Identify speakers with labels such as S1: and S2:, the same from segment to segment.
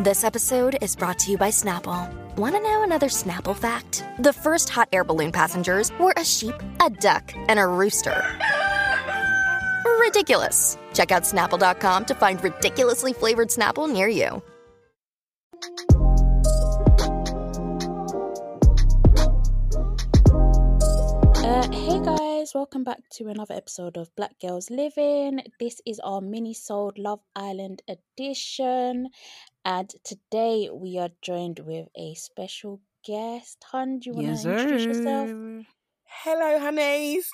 S1: This episode is brought to you by Snapple. Want to know another Snapple fact? The first hot air balloon passengers were a sheep, a duck, and a rooster. Ridiculous. Check out snapple.com to find ridiculously flavored Snapple near you.
S2: Uh, hey guys, welcome back to another episode of Black Girls Living. This is our mini sold Love Island edition, and today we are joined with a special guest. Hun, do you want to introduce yourself?
S3: Hello, honeys.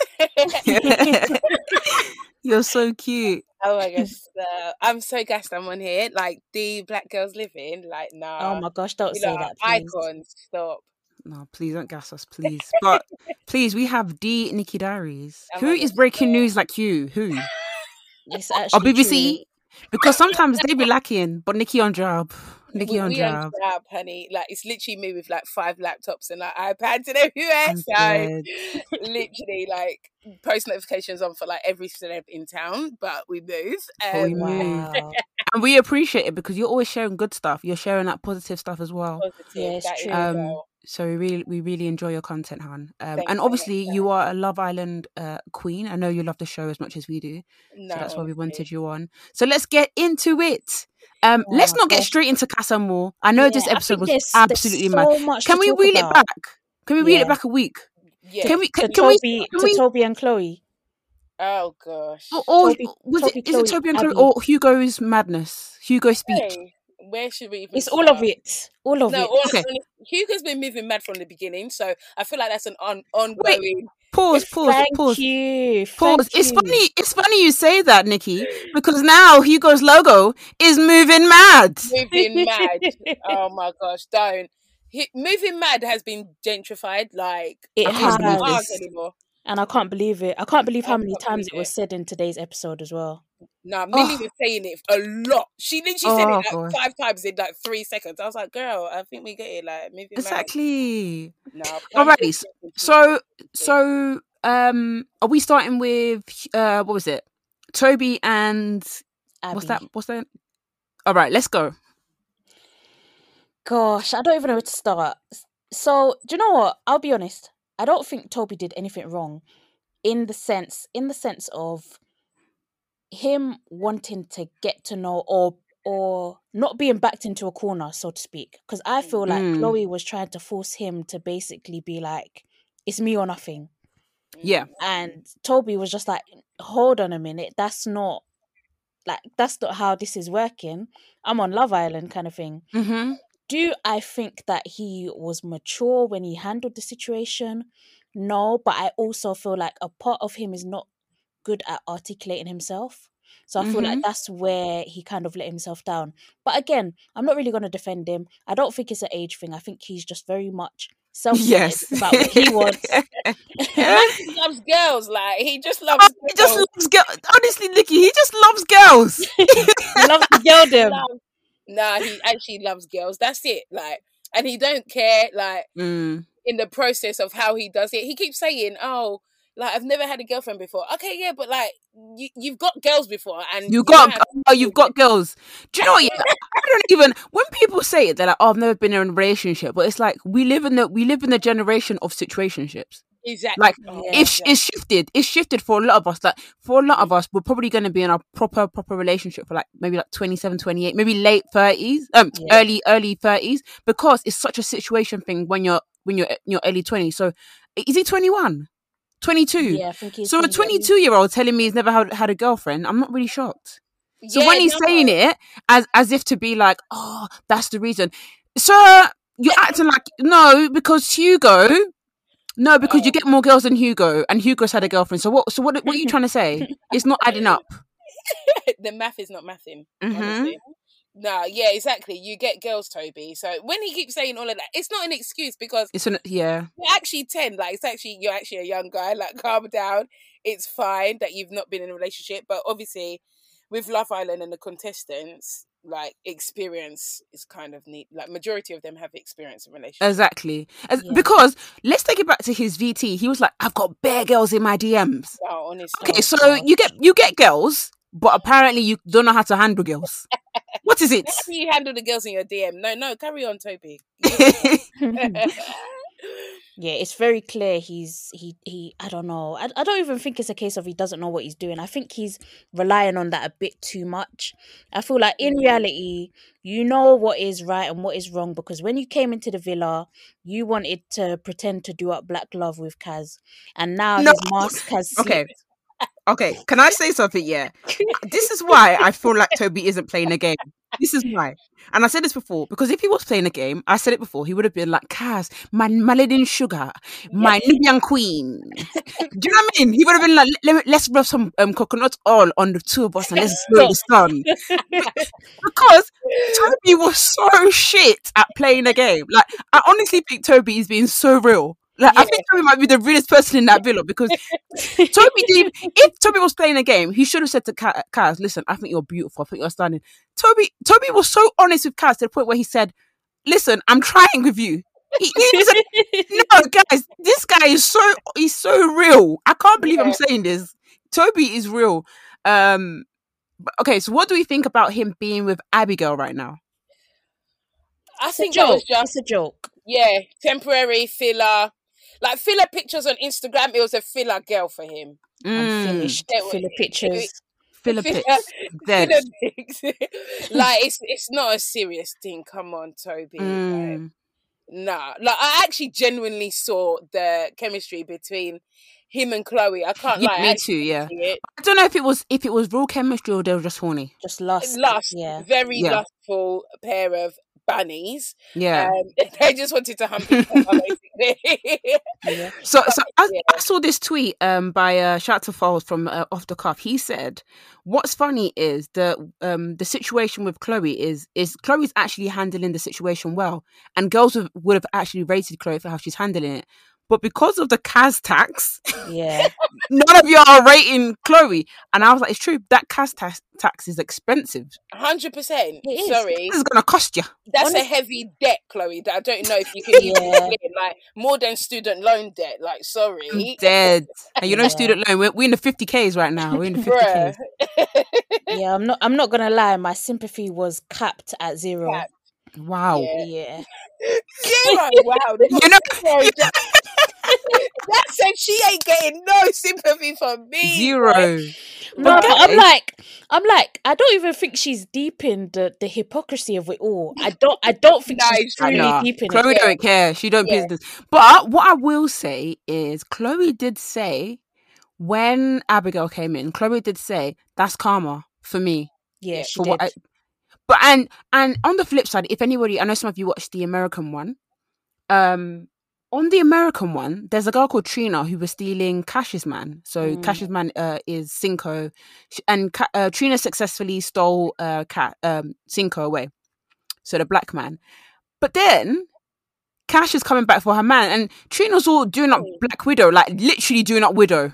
S4: You're so cute.
S3: oh my gosh, so, I'm so gassed I'm on here. Like the black girls living, like nah.
S2: oh my gosh, don't
S3: you
S2: say
S3: lot are
S2: that. Please.
S3: Icons, stop.
S4: No, please don't gas us, please. But please, we have D Nikki Diaries.
S3: Oh
S4: Who
S3: my
S4: is
S3: God.
S4: breaking news like you? Who? Oh,
S2: It's
S4: Or
S2: actually
S4: BBC? Because sometimes they be lacking, but Nikki on job. Nikki
S3: We-
S4: on
S3: we
S4: job.
S3: job, honey. Like it's literally me with like five laptops and like iPads and everywhere.
S4: I'm
S3: So literally like post notifications on for like every celeb in town, but we move.
S4: But we
S2: true.
S3: Um,
S2: Wow.
S4: And we appreciate it because you're always sharing good stuff. You're sharing that positive stuff as well.
S3: positive,
S2: Yeah, it's
S3: that is
S2: true.
S4: Um,
S3: well.
S4: So we really, we really enjoy your content, Han. Um,
S3: Thanks so
S4: and
S3: much,
S4: obviously, you
S3: guys.
S4: are a Love Island uh, queen. I know you love the show as much as we do.
S3: No,
S4: so that's why we
S3: honestly.
S4: wanted you on. So let's get into it. Um, let's
S2: Yeah,
S4: not get
S2: let's-
S4: straight into Casa Moore. I know this
S2: Oh Yeah, I
S4: episode
S2: think
S4: was
S2: there's- there's
S4: absolutely
S2: so
S4: mad.
S2: much
S4: Can
S2: to
S4: we
S2: talk
S4: wheel
S2: about.
S4: it back? Can we wheel
S2: Yeah.
S4: it back a week?
S3: Yeah.
S4: Can we?
S2: To
S4: Can, can we?
S2: Toby,
S4: Can
S2: to
S4: we?
S2: Toby and Chloe.
S3: Oh gosh.
S4: Or, or
S2: Toby-
S4: was
S2: Toby,
S4: it? Is it
S2: Chloe,
S4: Toby and Chloe
S2: Abby.
S4: or Hugo's madness? Hugo's speech.
S3: Hey, where should we even
S2: It's all of
S3: start?
S2: it. All of
S3: No,
S2: it.
S3: hon-
S4: Okay.
S3: honestly, Hugo's been moving mad from the beginning, so I feel like that's an on- ongoing.
S4: Pause. Pause.
S2: Thank
S4: pause.
S2: you. Thank
S4: Pause. It's
S2: you.
S4: funny. It's funny you say that, Nikki, because now Hugo's logo is moving mad.
S3: Moving mad. Oh my gosh, don't. He, moving mad has been gentrified. Like
S2: It
S4: I
S3: we
S4: can't believe
S3: can't
S2: has.
S4: this.
S3: argue anymore.
S2: And I can't believe it. I can't believe
S3: I
S2: how many
S3: can't
S2: times it
S3: believe
S2: was
S3: it.
S2: said in today's episode as well.
S3: Nah, Millie
S4: Oh.
S3: was saying it a lot. She literally
S4: Oh,
S3: said it like
S4: God.
S3: five times in like three seconds. I was like, girl, I think we get it. Like moving
S4: Exactly.
S3: mad. Nah,
S4: Alrighty,
S3: Pam's
S4: s-
S3: been
S4: So
S3: Yeah.
S4: so um are we starting with uh what was it? Toby and
S2: Abby.
S4: what's that what's that? All right, let's go.
S2: Gosh, I don't even know where to start. S- So, do you know what? I'll be honest. I don't think Toby did anything wrong in the sense in the sense of him wanting to get to know or or not being backed into a corner, so to speak. Because I feel like
S4: Mm.
S2: Chloe was trying to force him to basically be like, "It's me or nothing."
S4: Yeah.
S2: and Toby was just like, "Hold on a minute, that's not like that's not how this is working. I'm on Love Island kind of thing."
S4: Mm-hmm.
S2: Do I think that he was mature when he handled the situation? No, but I also feel like a part of him is not good at articulating himself. So I feel like that's where he kind of let himself down. But again, I'm not really going to defend him. I don't think it's an age thing. I think he's just very much self-centered
S4: Yes.
S2: about what he wants.
S3: He loves girls. Like he just loves.
S4: he just loves girls. Honestly, Nikki, he just loves girls.
S2: He loves to yell them.
S3: loves. Nah, he actually loves girls. That's it. Like, and he don't care. Like
S4: Mm.
S3: in the process of how he does it, he keeps saying, "Oh, like I've never had a girlfriend before." Okay, yeah, but like you, you've got girls before, and
S4: You
S3: know
S4: got
S3: how-
S4: oh, you've got girls. Do you know what? yeah, I don't even when people say it, they're like, "Oh, I've never been in a relationship," but it's like we live in the we live in the generation of situationships.
S3: exactly.
S4: like,
S3: Oh,
S2: Yeah.
S4: it's, it's shifted. It's shifted for a lot of us. Like for a lot of us, we're probably going to be in a proper proper relationship for like maybe like 27, 28, maybe late thirties, um,
S2: Yeah.
S4: early early thirties, because it's such a situation thing when you're when you're in your early twenties. So is he 21? 22?
S2: Yeah, I think he's
S4: So a 22 year old telling me he's never had, had a girlfriend, I'm not really shocked. So when he's saying it as as if to be like, oh, that's the reason. Sir, you're acting like no, because Hugo. No, because you
S3: Oh.
S4: get more girls than Hugo, and Hugo's had a girlfriend. So what? So what? What are you trying to say? It's not adding up.
S3: the math is not mathing.
S4: Mhm.
S3: Honestly. No, yeah, exactly. You get girls, Toby. So when he keeps saying all of that, it's not an excuse because
S4: It's an yeah.
S3: you're actually 10 like it's actually you're actually a young guy like calm down it's fine that you've not been in a relationship but obviously with love island and the contestants like experience is kind of neat like majority of them have experience in relationships
S4: Exactly. As,
S2: Yeah.
S4: Because let's take it back to his VT. He was like, "I've got bare girls in my DMs."
S3: oh, honestly
S4: Okay,
S2: Oh,
S4: so
S2: God.
S4: you get you get girls, but apparently you don't know how to handle girls. What is it.
S3: How do you handle the girls in your DM? No, no, carry on, Toby.
S2: yeah it's very clear he's he he i don't know I, I don't even think it's a case of he doesn't know what he's doing i think he's relying on that a bit too much i feel like in reality you know what is right and what is wrong because when you came into the villa you wanted to pretend to do up black love with kaz and now
S4: No.
S2: his mask has slipped.
S4: okay. Okay, can I say something? Yeah. This is why I feel like Toby isn't playing a game. This is why. And I said this before, because if he was playing a game, I said it before, he would have been like, Kaz, my Maladin sugar, my Libyan queen. Do you know what I mean? He would have been like, Let, us rub some um, coconut oil on the two of us and let's enjoy the sun. because Toby was so shit at playing a game. Like, I honestly think Toby is being so real. Like, I think Toby might be the realest person in that villa because Toby didn't. If Toby was playing a game, he should have said to Ka- Kaz, "Listen, I think you're beautiful. I think you're stunning." Toby, Toby was so honest with Kaz to the point where he said, "Listen, I'm trying with you." He, he said, "No, guys, this guy is so he's so real. I can't believe I'm saying this. Toby is real." Um, but, okay, so what do we think about him being with Abigail right now?
S3: I
S2: it's a
S3: think that
S2: joke
S3: was
S2: it's
S3: just
S2: a joke
S3: yeah, temporary filler. Like filler pictures on Instagram, it was a filler girl for him.
S2: i'm
S4: Mm,
S2: finished
S3: Yeah, well,
S2: filler pictures
S4: Philip
S3: Filler-
S4: Pitts, dead.
S3: Filler pics. like it's it's not a serious thing. Come on, Toby. Like,
S4: Mm,
S3: Nah, like I actually genuinely saw the chemistry between him and Chloe. I can't
S4: Yeah,
S3: lie, I
S4: me
S3: actually
S4: too. Yeah,
S3: see it.
S4: I don't know if it was if it was real chemistry or they were just horny.
S2: just lust
S3: Lust,
S2: yeah
S3: very
S4: Yeah.
S3: lustful pair of bunnies.
S4: Yeah.
S3: Um, they just wanted to hump each other, basically.
S2: yeah
S4: So, so I,
S3: yeah.
S4: I saw this tweet um by uh, shout out to Falls from uh, off the cuff. He said, "What's funny is the um the situation with Chloe is is Chloe's actually handling the situation well, and girls would, would have actually rated Chloe for how she's handling it, but because of the Kaz tax,
S2: yeah
S4: none of y'all are rating Chloe." And I was like, "It's true. That Kaz tax tax is expensive.
S3: Hundred percent.
S2: It is.
S3: Sorry,
S4: This is gonna cost you."
S3: that's a
S2: Honest-
S3: heavy debt, Chloe. That I don't know if you can even
S2: Yeah.
S3: clear, like more than student loan debt. Like, sorry,
S4: Dead. And you know,
S2: Yeah.
S4: student loan. We're, we're in the fifty ks right now. We're in the fifty
S3: bruh.
S4: ks.
S2: yeah i'm not i'm not gonna lie my sympathy was capped at zero
S3: Capped.
S4: Wow.
S3: Yeah.
S2: yeah
S3: Zero. Wow.
S4: You know,
S3: Sorry, that said she ain't getting no sympathy from me.
S4: zero.
S2: No,
S4: Okay.
S2: but I'm like, I'm like, I don't even think she's deep in the, the hypocrisy of it all. I don't, I don't think
S3: Nah,
S2: she's
S3: it's
S2: truly
S4: Nah,
S2: deep in
S4: Chloe
S2: it.
S4: don't care. She don't
S3: Yeah.
S4: business. But what I will say is, Chloe did say when Abigail came in, Chloe did say that's karma for me
S2: Yeah,
S3: Yeah,
S2: she
S4: for
S2: did.
S4: what I. But and and on the flip side, if anybody, I know some of you watched the American one. Um, on the American one, there's a girl called Trina who was stealing Cash's man. So
S2: Mm.
S4: Cash's man uh, is Cinco, Sh- and Ca- uh, Trina successfully stole uh, Ca- um, Cinco away. So the black man. But then Cash is coming back for her man, and Trina's all doing up Black Widow, like literally doing up Widow.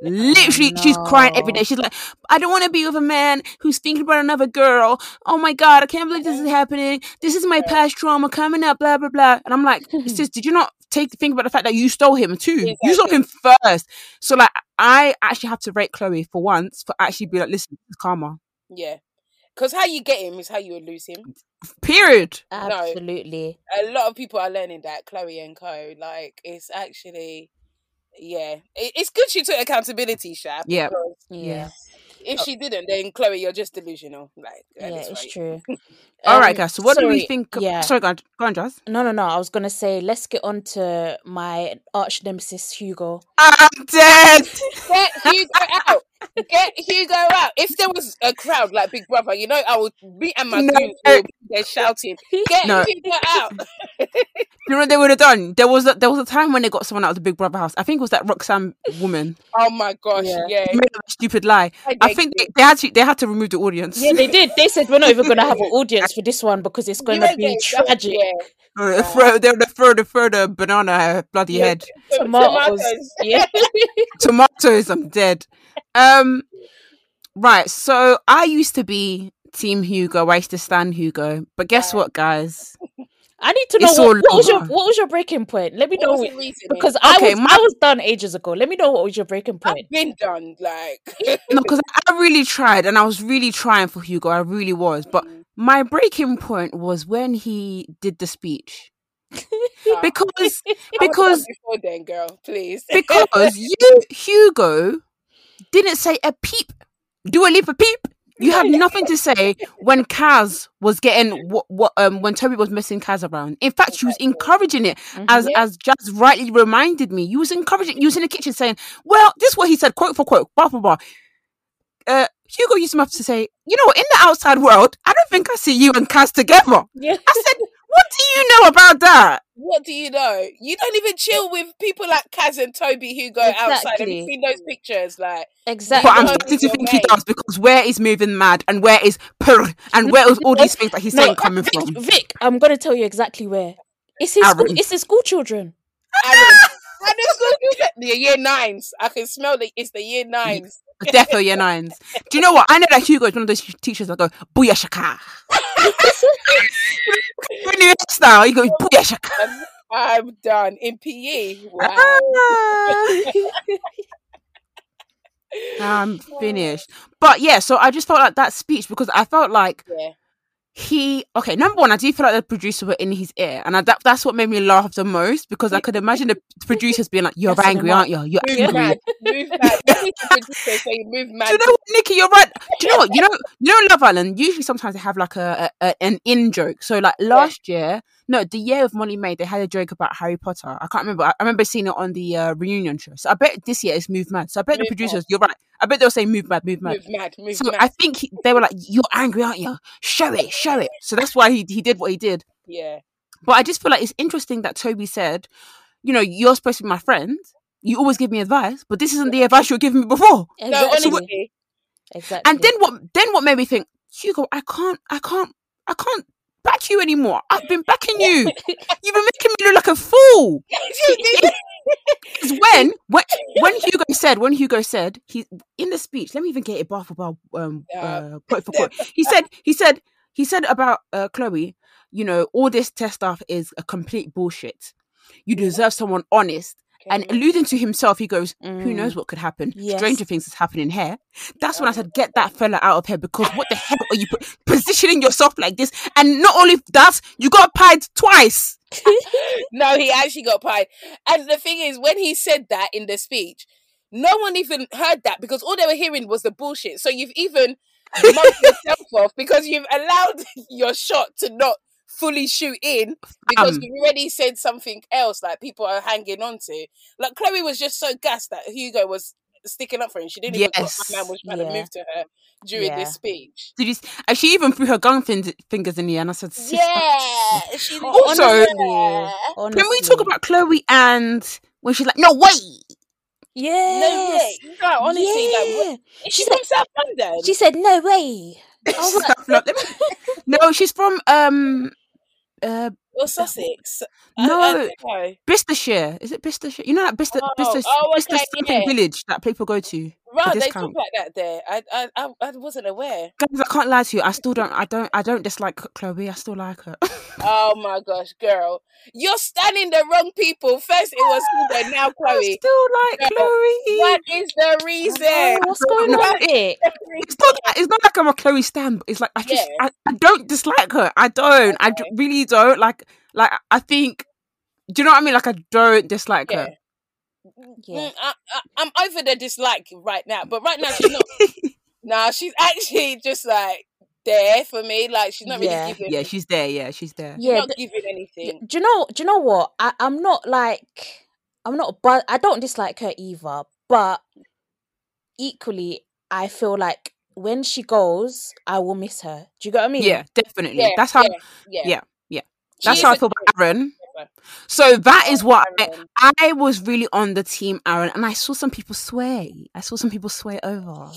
S4: Literally, she's crying every
S2: no.
S4: day. She's like, I don't want to be with a man who's thinking about another girl. Oh my God, I can't believe this is happening. This is my past trauma coming up, blah, blah, blah. And I'm like, sis, did you not take think about the fact that you stole him too? You stole him first. So, like, I actually have to rate Chloe for once for actually be like, listen, this is karma.
S3: Yeah. Because how you get him is how you will lose him.
S4: Period.
S2: Absolutely.
S3: A lot of people are learning that, Chloe and Co. Like, it's actually, yeah. It, it's good she took accountability, Shab.
S4: Yeah.
S3: because
S2: Yeah,
S3: If she didn't, then Chloe, you're just delusional. Like,
S2: yeah,
S3: that is
S2: it's
S3: right.
S2: true.
S4: All right,
S2: Um,
S4: guys. So, what do we
S2: sorry,
S4: think? Of-
S2: Yeah,
S4: Sorry, go on, go on Jazz.
S2: no, no, no. I was gonna say, let's get on to my arch nemesis Hugo.
S4: I'm dead.
S3: Get Hugo out. Get Hugo out. If there was a crowd like Big Brother, you know, I would be and my
S4: No.
S3: goons would be there shouting, Get
S4: No.
S3: Hugo out.
S4: You know what they would have done? There was a, there was a time when they got someone out of the Big Brother house. I think it was that Roxanne woman.
S3: Oh my gosh.
S2: Yeah.
S3: Yeah.
S4: Made up a stupid lie. I
S3: beg
S4: think
S3: you.
S4: they, they had to they had to remove the audience.
S2: Yeah, they did. They said we're not even gonna have an audience for this one because it's
S3: You
S2: gonna
S3: ain't
S2: be
S3: getting-
S2: tragic.
S3: Yeah.
S4: throw, they would have thrown the throw the banana at her bloody
S3: Yeah.
S4: head.
S2: Tomatoes. Yeah.
S4: Tomatoes, I'm dead. Um, right. So I used to be Team Hugo. I used to stand Hugo. But guess what, guys?
S2: I need to know
S4: It's
S2: what,
S4: all
S2: what was your
S4: over.
S2: what was your breaking point. Let me
S3: What
S2: know
S3: was
S4: oh,
S2: it.
S3: the reasoning?
S2: because I
S4: Okay,
S2: was
S4: my-
S2: I was done ages ago. Let me know what was your breaking point.
S3: I've been done. Like, Mm.
S4: No, because I really tried, and I was really trying for Hugo. I really was, but My breaking point was when he did the speech.
S3: Oh.
S4: because because
S3: before then, girl, please.
S4: because you Hugo didn't say a peep. Do a leap a peep. You have nothing to say when Kaz was getting what, what um when Toby was messing Kaz around. In fact, she was encouraging it as as Jazz rightly reminded me. You was encouraging. You was in the kitchen saying, "Well, this is what he said, quote for quote, blah blah blah." Uh, Hugo used to have to say, "You know, in the outside world, I don't think I see you and Kaz together."
S2: Yeah.
S4: I said, "What do you know about that?"
S3: what do you know? You don't even chill with people like Kaz and Toby who go outside. Have you
S2: Exactly.
S3: seen those pictures? Like,
S2: Exactly.
S4: But I'm
S3: Because
S4: starting to
S3: you're
S4: think he
S3: right.
S4: does because where is moving mad and where is purr and where is all these things that he's saying coming
S2: Vic,
S4: from?
S2: Vic, I'm gonna tell you exactly where. It's his school,
S4: Aaron.
S2: it's his school children.
S3: Aaron, and it's like, the year nines. I can smell the it's the year nines.
S4: Death of your nines. Do you know what? I know that Hugo is one of those teachers that go booyah shaka. When you style, you go booyah shaka.
S3: I'm, I'm done in PE. Wow.
S4: I'm finished. But yeah, so I just felt like that speech because I felt like
S3: Yeah.
S4: he okay number one i do feel like the producer were in his ear and I, that, that's what made me laugh the most because i could imagine the producers being like you're
S2: Messing him
S4: angry
S2: up.
S4: aren't you you're
S3: Move
S4: angry
S3: mad. Move mad. That's what the producers say, move mad.
S4: do you know what, Nikki? You're right. Do you know what? You know, you know, in Love Island. Usually, sometimes they have like a, a, a- an in joke. So, like last year, no, the year of Molly May, they had a joke about Harry Potter. I can't remember. I, I remember seeing it on the uh, reunion show. So, I bet this year is Move Mad. So, I bet
S3: Move
S4: the
S3: Mad.
S4: producers. You're right. I bet they'll say Move Mad, Move Mad.
S3: move mad. Move
S4: so,
S3: mad.
S4: I think he, they were like, "You're angry, aren't you? Show it, show it." So that's why he he did what he did.
S3: yeah.
S4: But I just feel like it's interesting that Toby said, "You know, you're supposed to be my friend." You always give me advice, but this isn't the advice you were giving me before.
S3: No,
S2: Exactly.
S3: honestly.
S2: exactly.
S4: And then what? Then what made me think, Hugo? I can't. I can't. I can't back you anymore. I've been backing you. You've been making me look like a fool. Because when when when Hugo said when Hugo said he in the speech, let me even get it bar for bar, um,
S3: Yeah.
S4: uh, quote for quote. He said he said he said about uh, Chloe. You know, all this test stuff is a complete bullshit. You deserve someone honest. And alluding to himself, he goes, "Who
S2: Mm.
S4: knows what could happen?
S2: Yes. Oh.
S4: Stranger things is happening here." That's when I said, "Get that fella out of here!" Because what the hell are you po- positioning yourself like this? And not only that, you got pied twice.
S3: No, he actually got pied. And the thing is, when he said that in the speech, no one even heard that because all they were hearing was the bullshit. So you've even mugged yourself off because you've allowed your shot to not fully shoot in because
S4: Um.
S3: you've already said something else like people are hanging on to. Like Chloe was just so gassed that Hugo was sticking up for him. She didn't even know
S4: Yes.
S3: my man was trying to
S2: Yeah.
S3: move to her during
S2: Yeah.
S3: this speech.
S4: Did you? s- And she even threw her gun fin- fingers in the air, and I said, "Sister,
S3: Yeah. She didn't-
S4: Also-
S2: honestly, Oh, honestly.
S4: Can we talk about Chloe and when she's like, no way?
S2: Yes.
S3: No way. No, honestly, like what-
S2: Yeah.
S3: is
S2: She
S3: she
S2: said-
S3: from South London?
S2: She said, "No way."
S3: Oh,
S4: She's like, no, no, she's from um uh
S3: Or Sussex? I, I
S4: no
S3: don't know.
S4: Bistershire. Is it Bistershire? You know that Bister
S3: Oh,
S4: Bister,
S3: oh,
S4: Bister
S3: okay,
S4: something
S3: yeah.
S4: village that people go to.
S3: Right, they talk
S4: discount.
S3: like that there. I, I, I, I wasn't aware.
S4: Guys, I can't lie to you. I still don't. I don't. I don't dislike Chloe. I still like her.
S3: Oh my gosh, girl, you're standing the wrong people. First it was Hugo, now
S4: I
S3: Chloe.
S4: still like
S3: No.
S4: Chloe.
S3: What is the
S2: Oh,
S3: reason?
S2: what's going on, Vic?
S4: It's not. that- It's not like I'm a Chloe stan. But it's like I just.
S3: Yeah.
S4: I, I don't dislike her. I don't. I d-
S3: Okay.
S4: really don't. Like. Like I think. Do you know what I mean? Like I don't dislike her.
S2: Yeah.
S3: Mm, I, I, I'm over the dislike right now, but right now she's not. nah, she's actually just like there for me. Like she's not really
S2: Yeah.
S3: giving.
S4: Yeah, she's there. Yeah, she's there.
S3: she's
S2: Yeah.
S3: not
S2: th-
S3: giving
S2: Yeah,
S3: anything.
S2: do you know do you know what I, i'm not like i'm not but i don't dislike her either but equally i feel like when she goes i will miss her do you get what i mean
S4: Yeah, definitely.
S3: Yeah,
S4: That's how.
S3: yeah, yeah.
S4: yeah, yeah.
S3: She
S4: That's
S3: is
S4: how I
S3: a
S4: feel about Aaron.
S3: giver.
S4: So that is what I,
S3: Aaron.
S4: I was really on the team Aaron, and I saw some people sway. I saw some people sway over.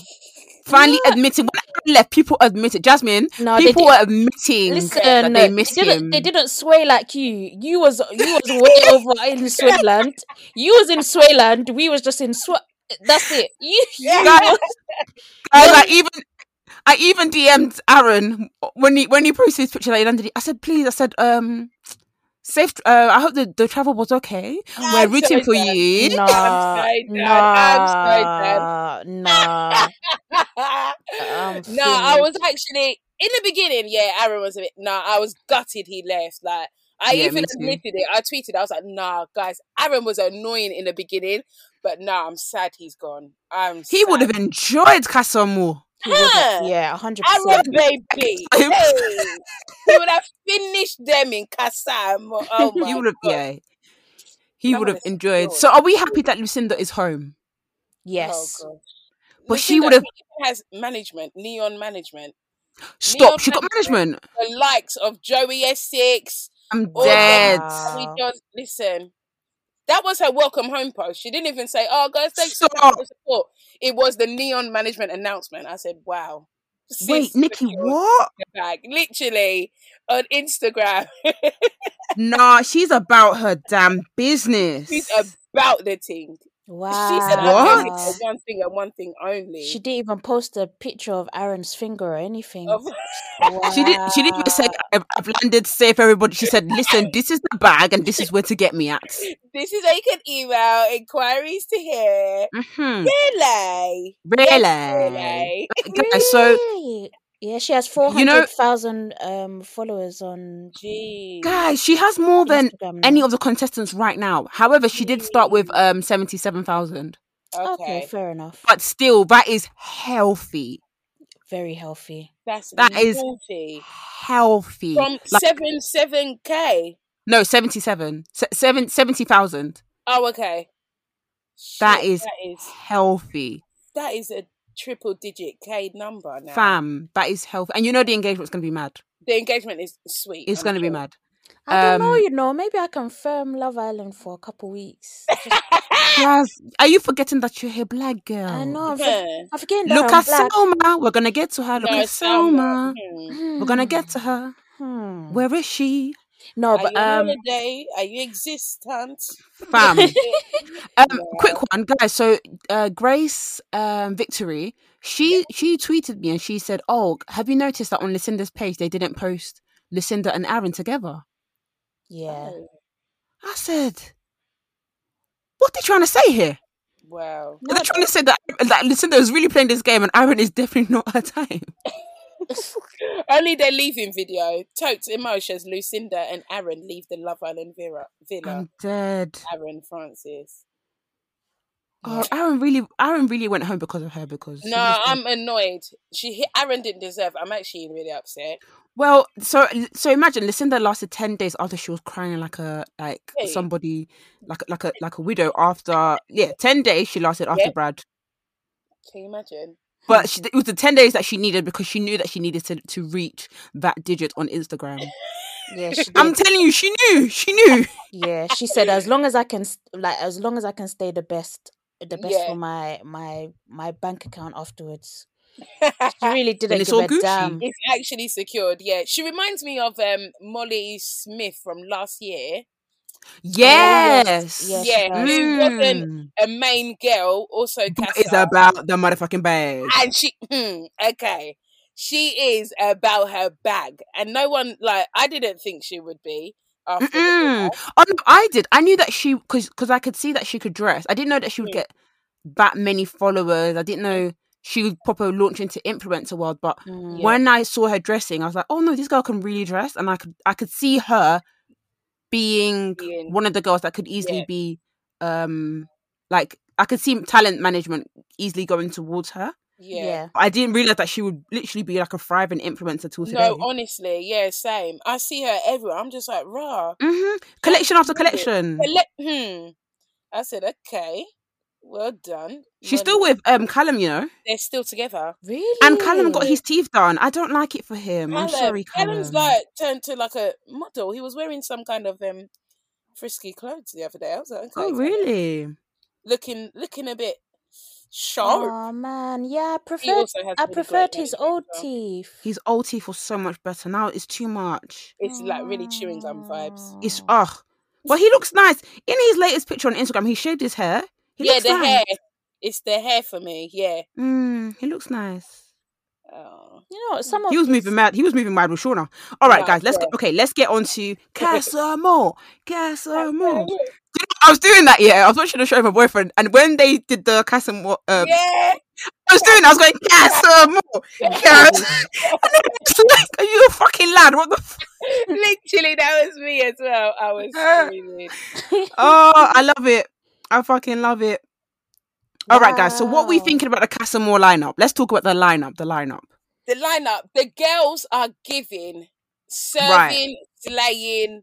S4: Finally admitting when Aaron left, people admitted. Jasmine,
S3: Oh,
S2: No, they
S4: people
S2: did-
S4: were admitting
S2: listen
S4: that
S2: they
S4: they miss
S2: didn't
S4: him.
S2: they didn't sway like you you was you was way over in swayland you was in swayland we was just in swa that's it you, you
S4: Guys,
S2: was-
S4: guys, I even I even DM'd Aaron when he when he posted his picture that he landed. I said, please, I said, um, safe. Uh, I hope the, the travel was okay. We're
S3: I'm
S4: rooting
S3: so
S4: for
S3: glad.
S4: you.
S2: nah
S3: I'm so dead. I'm so dead.
S2: nah nah
S3: no,
S2: I'm
S3: I was
S2: finished.
S3: actually in the beginning, yeah, Aaron was a bit. Nah, I was gutted he left. Like I
S4: Yeah, me
S3: even
S4: too.
S3: admitted it. I tweeted. I was like, Nah, guys, Aaron was annoying in the beginning, but nah, I'm sad he's gone. I'm.
S4: He would have enjoyed Castle more.
S2: He would've-
S3: Yeah.
S2: Yeah, hundred
S3: Aaron,
S2: percent.
S3: baby,
S4: Him.
S3: hey, he would have finished them in Kasam. Oh my
S4: He would have,
S3: God.
S4: yeah. He
S3: That
S4: would have
S3: would've
S4: enjoyed.
S3: secured.
S4: So, are we happy that Lucinda is home?
S2: Yes.
S3: Oh, God.
S4: But she
S3: Lucinda
S4: would have
S3: has management, neon management,
S4: stopped. She got management.
S3: management. the likes of Joey Essex,
S4: I'm
S3: Oh,
S4: dead.
S2: wow.
S3: Tommy John. Listen, that was her welcome home post. She didn't even say, "Oh, guys, thanks so much
S4: Stop.
S3: for the support." It was the neon management announcement. I said, "Wow." Sis
S4: Wait, Nikki,
S3: secured
S4: what?
S3: the bag. literally on Instagram,
S4: Nah, she's about her damn business.
S3: she's about the thing.
S2: Wow.
S3: She said,
S4: What?
S3: "I'm here for one thing and one thing only."
S2: She didn't even post a picture of Aaron's finger or anything.
S3: Of-
S4: She didn't. She didn't even say
S2: Wow.
S4: I've, I've landed safe. Everybody. She said, "Listen, this is the bag, and this is where to get me at."
S3: this is how you can email inquiries to here.
S4: hmm
S3: Really?
S4: Really,
S3: Really?
S4: guys. So,
S2: Really? yeah, she has four
S4: You know-
S2: hundred thousand um followers on
S3: Jeez.
S4: guys, she has more than
S2: Instagram
S4: any
S2: now.
S4: of the contestants right now. However, she did start with um seventy-seven thousand,
S2: Okay.
S3: Okay.
S2: fair enough.
S4: but still, that is healthy.
S2: Very healthy.
S3: That's
S4: That is-
S3: naughty.
S4: Healthy.
S3: from
S4: Like,
S3: seven seven k.
S4: no, seventy-seven. Se- seven seventy thousand.
S3: Oh, okay.
S4: That
S3: Shit,
S4: is
S3: that is
S4: healthy,
S3: that is a triple digit k number now.
S4: fam. That is healthy, and you know the engagement's gonna be mad.
S3: The engagement is sweet.
S4: It's
S3: I'm
S4: gonna be
S3: sure.
S4: mad.
S2: I don't know,
S4: Um,
S2: you know. Maybe I can firm Love Island for a couple weeks. Just-
S4: Yes. Are you forgetting that you're a black girl?
S2: I know. I'm, for-
S3: Yeah.
S2: I'm forgetting that
S4: Look
S2: I'm
S4: at
S2: black.
S4: Selma. We're gonna get to her. Look
S3: No,
S4: at
S3: it's Selma.
S4: Selma.
S3: Hmm.
S4: We're gonna get to her.
S2: Hmm.
S4: Where is she,
S2: No,
S4: Oh,
S3: Are you
S2: but
S3: on
S2: um,
S3: holiday? Are you existent?
S4: fam? um, Quick
S3: Yeah.
S4: one, guys. So, uh, Grace um, Victory, she she tweeted me and she said, "Oh, have you noticed that on Lucinda's page they didn't post Lucinda and Aaron together?"
S2: yeah.
S3: Oh,
S4: I said, "What they trying to say here?
S3: wow.
S4: They're trying to say that that Lucinda is really playing this game and Aaron is definitely not her time."
S3: Only their leaving video. Totes emotions. Lucinda and Aaron leave the Love Island Vera, villa.
S4: I'm dead.
S3: Aaron Francis.
S4: Oh, Aaron really, Aaron really went home because of her. Because she
S3: No,
S4: was the-
S3: I'm annoyed. She hit Aaron didn't deserve. it. I'm actually really upset.
S4: well, so so imagine Lucinda lasted ten days after she was crying like a like
S3: Hey.
S4: somebody like like a like a widow after yeah ten days she lasted after
S3: Yeah.
S4: Brad,
S3: Can you imagine?
S4: but she, it was the ten days that she needed because she knew that she needed to to reach that digit on Instagram.
S2: Yeah, she did.
S4: I'm telling you, she knew, she knew.
S2: yeah, she said as long as I can, s- like, as long as I can stay the best, the best
S3: Yeah.
S2: for my my my bank account afterwards. She really didn't
S4: it's
S2: give
S4: all
S2: a
S4: Gucci.
S2: damn.
S3: it's actually secured. Yeah, she reminds me of um Molly Smith from last year.
S4: Yes,
S2: yes, she
S3: yeah,
S2: does.
S3: who wasn't
S4: Mm.
S3: a main girl, also
S4: But
S3: Casa,
S4: it's about the motherfucking bag.
S3: and she hmm, okay. She is about her bag, and no one like I didn't think she would be after the
S4: Mm-mm.
S3: dinner.
S4: Oh, no, I did. I knew that she because because I could see that she could dress. I didn't know that she would
S3: Mm.
S4: get that many followers. I didn't know she would proper launch into influencer world. But
S2: Mm.
S3: Yeah.
S4: when I saw her dressing, I was like, oh no, this girl can really dress, and I could I could see her being
S3: Being-
S4: one of the girls that could easily
S3: Yeah.
S4: be um like I could see talent management easily going towards her.
S3: Yeah.
S2: Yeah.
S4: I didn't realize that she would literally be like a thriving influencer till today.
S3: No, honestly, yeah, same. I see her everywhere. I'm just like, rah.
S4: hmm Collection after
S3: Really?
S4: collection.
S3: Ele- hmm. I said, okay, well done.
S4: She's
S3: Molly.
S4: still with um Callum, you know.
S3: They're still together.
S2: Really?
S4: And Callum got his teeth done. I don't like it for him. I'm
S3: Callum.
S4: sorry, Callum.
S3: Callum's uh, like turned to like a model. He was wearing some kind of um frisky clothes the other day. I was like, okay,
S4: oh
S3: Callum.
S4: really?
S3: Looking, looking a bit sharp.
S2: Oh man, yeah. I
S3: he
S2: preferred.
S3: also has.
S2: I
S3: really great
S2: preferred his
S3: management,
S2: old
S3: so
S2: teeth.
S4: His old teeth was so much better. Now it's too much.
S3: It's like really chewing gum vibes.
S4: It's
S2: Oh.
S4: ugh. But he looks nice. In his latest picture on Instagram, he shaved his hair. He
S3: yeah,
S4: looks
S3: the
S4: nice.
S3: hair. It's the hair for me. Yeah.
S4: Mm, he looks nice.
S3: Oh.
S2: You know, some of
S4: He was
S2: these-
S4: moving mad. He was moving mad with Shauna. All right,
S3: Nah,
S4: guys. Let's
S3: yeah.
S4: get okay. Let's get on to Casa More. Casa More. I was doing that. Yeah, I was watching a show with my boyfriend, and when they did the cast and what, um,
S3: yeah.
S4: I was doing, I was going, yes, uh, more, yes. and then it's like, are you a fucking lad? What the? F-?
S3: Literally, that was me as well. I was
S4: Yeah.
S3: screaming.
S4: Oh, I love it. I fucking love it. All right, guys. So, what we
S2: Wow.
S4: thinking about the Casamore lineup? Let's talk about the lineup. The lineup.
S3: The lineup, the girls are giving, serving, slaying,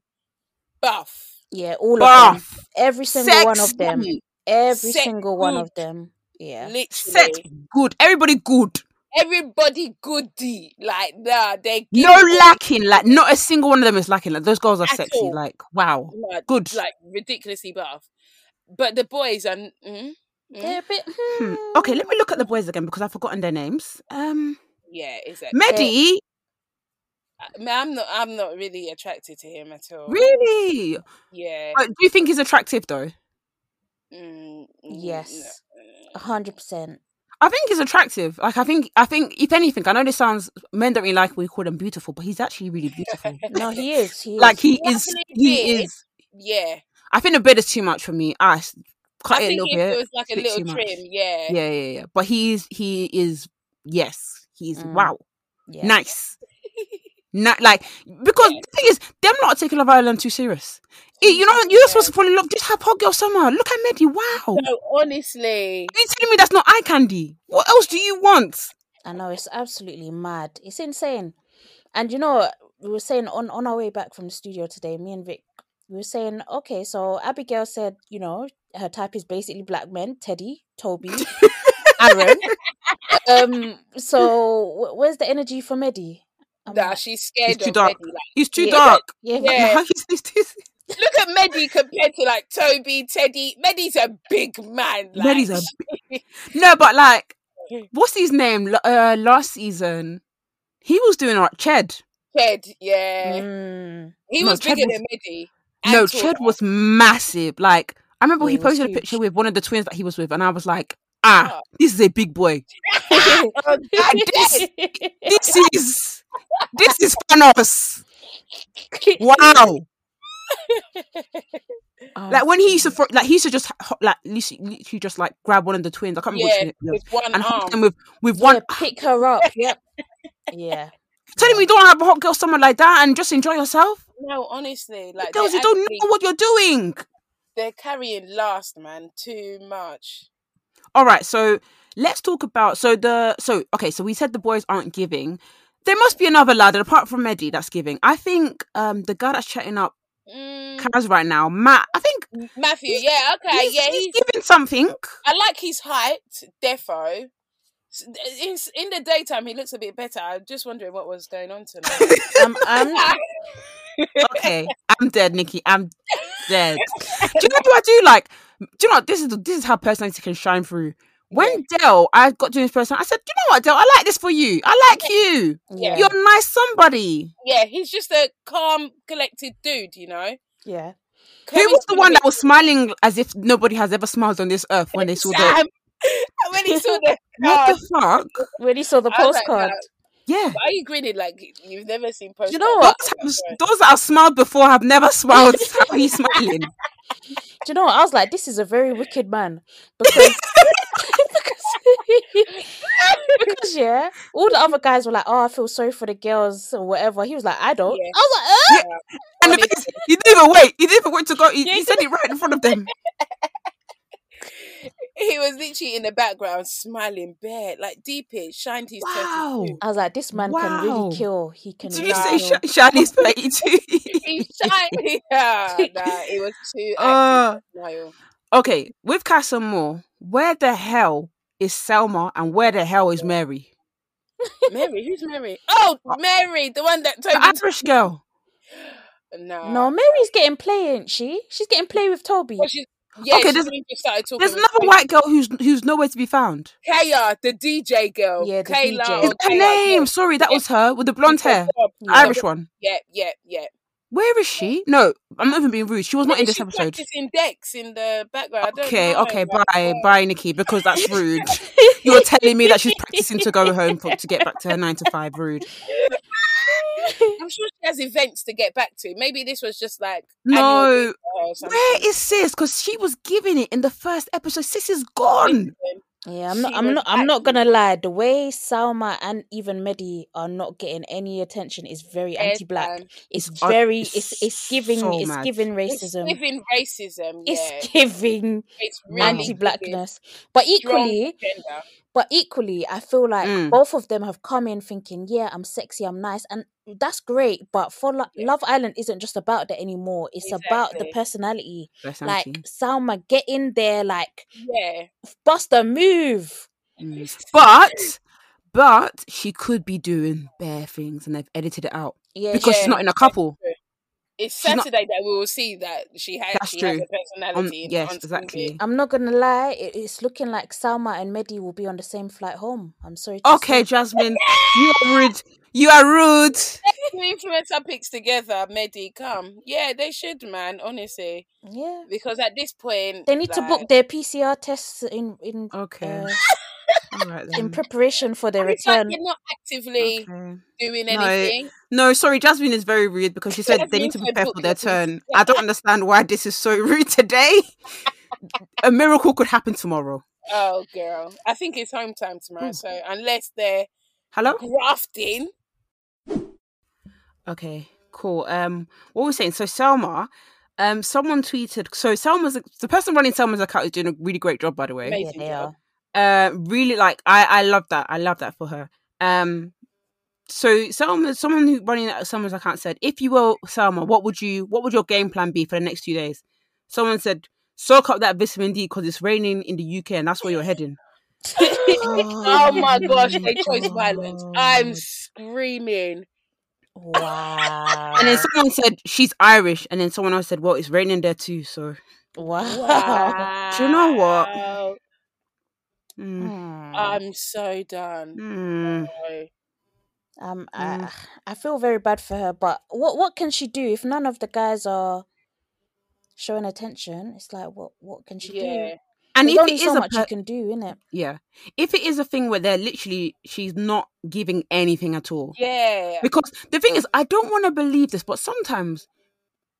S3: buff.
S2: Yeah, all of them.
S4: Buff,
S2: Every single one of them.
S4: sexy, Mm-hmm.
S2: Every
S3: Sex
S2: single one
S3: good.
S2: of them. Yeah.
S3: Literally,
S4: sex, good. Everybody good.
S3: everybody goody. Like, nah, they
S4: No lacking. Like not a single one of them is lacking. Like those girls are
S3: At
S4: sexy.
S3: all.
S4: Like wow.
S3: like,
S4: Good.
S3: like ridiculously buff. But the boys are. Mm, mm,
S2: They're a bit.
S4: Hmm.
S2: hmm.
S4: Okay, let me look at the boys again because I've forgotten their names. Um,
S3: yeah, exactly.
S4: Mehdi,
S3: I'm not. I'm not really attracted to him at all.
S4: really?
S3: Yeah.
S4: Uh, do you think he's attractive though?
S3: Mm, mm,
S2: Yes.
S3: no.
S2: A hundred percent.
S4: I think he's attractive. Like I think, I think if anything, I know this sounds men don't really like when we call them beautiful, but he's actually really beautiful.
S2: No, he is. He
S4: like
S2: is.
S4: he
S3: Lovely
S4: is, he
S3: beard.
S4: is.
S3: Yeah.
S4: I think the beard is too much for me. I s- cut
S3: I
S4: it a
S3: think
S4: little
S3: if
S4: bit.
S3: it was like a
S4: bit
S3: little
S4: too much.
S3: trim, yeah.
S4: Yeah, yeah, yeah. But he's he is yes, he's
S2: Mm.
S4: wow,
S2: Yeah.
S4: nice. Not like because
S3: Yeah.
S4: the thing is, them not taking Love Island too serious. Eh, You know, you're supposed to fall in love. Just have hot girl summer. Look at Mehdi. Wow.
S3: No, honestly.
S4: Are you telling me that's not eye candy? What else do you want?
S2: I know it's absolutely mad. It's insane. And you know, we were saying on on our way back from the studio today, me and Vic, we were saying, okay, so Abigail said, you know, her type is basically black men, Teddy, Toby, Aaron. Um, so wh- where's the energy for Medi? I'm
S3: Nah,
S2: like,
S3: she's scared
S4: too
S3: of
S4: dark.
S3: Medi. Like,
S4: He's too
S2: Yeah.
S4: dark.
S2: yeah,
S3: yeah.
S4: Like, he's- he's too-
S3: look at Medi compared to like Toby, Teddy. Medi's a big man. Like,
S4: Mehdi's a no, but like, what's his name? L- Uh, last season, he was doing all right. Ched.
S3: Ched, yeah.
S2: Mm,
S3: He
S4: No,
S3: was
S4: Ched
S3: bigger
S4: was-
S3: than Medi.
S4: no,
S3: and taller.
S4: Ched was massive. Like, I remember
S2: Yeah,
S4: he
S2: he was
S4: posted a
S2: huge.
S4: picture with one of the twins that he was with, and I was like, ah, this is a big boy.
S3: Oh, God,
S4: this- This is this is Thanos. Wow.
S2: Um,
S4: Like when he used to fro- like he used to just ho- like literally literally just like grab one of the twins. I can't remember
S3: yeah,
S4: which one it was.
S3: with one
S4: And
S3: arm.
S4: hug them with with
S2: um, yeah,
S4: one.
S2: pick her up. Yep. Yeah.
S4: Telling me you don't have a hot girl somewhere like that and just enjoy yourself.
S3: no, honestly, like
S4: Girls,
S3: they're
S4: you don't
S3: actually-
S4: know what you're doing.
S3: they're carrying last, man, too much.
S4: All right, so let's talk about so the so okay, so we said the boys aren't giving. There must be another lad apart from Mehdi that's giving. I think um the guy that's chatting up
S3: Mm,
S4: Kaz right now, Matt. I think
S3: Matthew, yeah, okay,
S4: he's,
S3: yeah,
S4: he's
S3: he's
S4: giving something.
S3: I like his height, defo. S- In, in the daytime, he looks a bit better. I'm just wondering what was going on tonight.
S2: Um, um,
S4: Okay, I'm dead, Nikki. I'm dead. Do you know what I do? Like, do you know what? this is this is how personality can shine through. When Dell, I got to this person, I said, "Do you know what, Dell? I like this for you. I like you.
S2: yeah.
S4: You're a nice somebody."
S3: yeah, he's just a calm, collected dude, you know.
S2: Yeah.
S4: Who was the
S3: Comes
S4: one that
S3: with-
S4: was smiling as if nobody has ever smiled on this earth when they saw the
S3: Sam! when he saw the
S4: what
S3: card,
S4: the fuck?
S2: When he saw the
S3: I was like,
S2: postcard.
S4: Yeah.
S3: why are you grinning like you've never seen postcards?
S2: you know
S4: Those,
S2: what?
S4: have, those that have smiled before have never smiled. How are you smiling?
S2: Do you know what? I was like, this is a very wicked man. Because, because, because, yeah, all the other guys were like, oh, I feel sorry for the girls or whatever. He was like, I don't.
S3: Yeah.
S2: I was like, "Uh?"
S4: And the thing is, he didn't even wait. He didn't even wait to go. He, he said it right in front of them.
S3: He was literally in the background smiling bare, like deep in, shined his turtle
S4: Wow.
S3: too.
S2: I was like, this man can
S4: Wow.
S2: really kill. He can
S4: Did
S2: really
S4: you say
S2: kill.
S4: Sh- Shani's 32?
S3: He shined. yeah, nah, it was too active
S4: uh,
S3: smile.
S4: okay, with Castle Moore, where the hell is Selma and where the hell is Mary?
S3: Mary, who's Mary? Oh,
S4: Uh,
S3: Mary, the one that
S4: The
S3: Toby.
S4: Irish girl.
S3: No,
S2: No, Mary's getting play, ain't she? She's getting play with Toby.
S3: Well, she's, yeah,
S4: Okay,
S3: okay,
S4: there's-
S3: there's, just started talking.
S4: There's
S3: with
S4: another
S3: Toby.
S4: white girl who's who's nowhere to be found.
S3: Kaya, the DJ girl.
S2: Yeah, the
S3: Kayla
S2: DJ.
S3: or
S4: Is that her
S3: Kayla,
S4: name?
S3: Oh, yeah.
S4: Sorry, that was her with the blonde hair.
S2: Yeah.
S4: Irish one.
S3: Yeah, yeah, yeah.
S4: Where is she? No, I'm not even being rude. She was not in this episode.
S3: Practicing decks in the background. I don't
S4: Okay,
S3: know,
S4: okay,
S3: like,
S4: bye,
S3: oh.
S4: bye, Nikki, because that's rude. You're telling me that she's practicing to go home for, to get back to her nine to five. Rude.
S3: I'm sure she has events to get back to. Maybe this was just like annual
S4: No.
S3: leave or something.
S4: Where is sis? Because she was giving it in the first episode. Sis is gone.
S2: Yeah, I'm not.
S3: She
S2: I'm
S3: was
S2: not. I'm not
S3: actually-
S2: gonna lie. The way Salma and even Medi are not getting any attention is very
S3: Airtime.
S2: anti-black. It's
S4: un-
S2: very.
S4: it's
S2: It's it's giving.
S4: so
S2: it's
S4: mad.
S2: giving
S3: It's
S2: racism.
S3: giving racism. Yeah,
S2: It's giving
S3: it's really
S4: Wow.
S2: anti-blackness. But
S3: giving strong
S2: equally,
S3: gender.
S2: but equally, I feel like
S4: Mm.
S2: both of them have come in thinking, "Yeah, I'm sexy. I'm nice," and that's great. But for Lo-
S3: Yeah.
S2: Love Island, isn't just about that anymore. It's about the
S3: Exactly.
S2: personality.
S4: Personality.
S2: Like Salma, get in there. Like
S3: Yeah,
S2: bust a move.
S4: Mm. But but she could be doing bare things and they've edited it out.
S2: Yeah,
S4: Because she's
S3: Yeah.
S4: not in a couple.
S3: it's
S4: She's not-
S3: Saturday that we will see that she has.
S4: That's
S3: she has
S4: true.
S3: a
S4: Um,
S3: personality.
S4: yes,
S3: on TV.
S4: exactly.
S2: I'm not gonna lie, it, it's looking like Salma and Mehdi will be on the same flight home. I'm sorry. To
S4: Okay,
S2: say.
S4: Jasmine, you are rude. You are rude.
S3: Two influencer picks together, Medi, come. Yeah, they should, man. Honestly,
S2: yeah,
S3: because at this point,
S2: they need to
S3: like-
S2: book their PCR tests in in
S4: Okay.
S2: uh,
S4: All right
S2: in
S4: then.
S2: preparation for their
S3: It's like
S2: return.
S3: they're not actively
S4: Okay.
S3: doing
S4: No,
S3: anything.
S4: No, sorry, Jasmine is very rude because she said they need to
S3: Jasmine
S4: be
S3: said
S4: careful
S3: book
S4: their
S3: it.
S4: turn. I don't understand why this is so rude today. A miracle could happen tomorrow.
S3: Oh, girl, I think it's home time tomorrow.
S4: Ooh.
S3: So unless they're
S4: Hello?
S3: grafting,
S4: Okay, cool. Um, what were we saying? So Selma, um, someone tweeted. So Selma's the person running Selma's account is doing a really great job, by the way.
S3: Amazing.
S2: Yeah, they are.
S4: Uh, really like I I love that. I love that for her. Um, so Selma, someone who running Selma's account said, if you were Selma, what would you what would your game plan be for the next few days? Someone said, soak up that vitamin D because it's raining in the UK and that's where you're heading.
S3: oh my gosh, they chose violence.
S2: Oh.
S3: I'm screaming.
S2: Wow.
S4: And then someone said she's Irish, and then someone else said, "Well, it's raining there too." So
S2: wow.
S3: Wow.
S4: Do you know what? mm,
S2: Hmm.
S3: I'm so done.
S4: mm.
S3: So-
S2: Um,
S3: mm.
S2: I, I feel very bad for her, but what what can she do if none of the guys are showing attention? It's like what what can she
S3: Yeah.
S2: do?
S4: and
S2: There's
S4: if
S2: only
S4: it is
S2: so
S4: a
S2: much
S4: per-
S2: you can do, innit?
S4: yeah, if it is a thing where they're literally she's not giving anything at all,
S3: Yeah.
S4: because the thing is, I don't want to believe this, but sometimes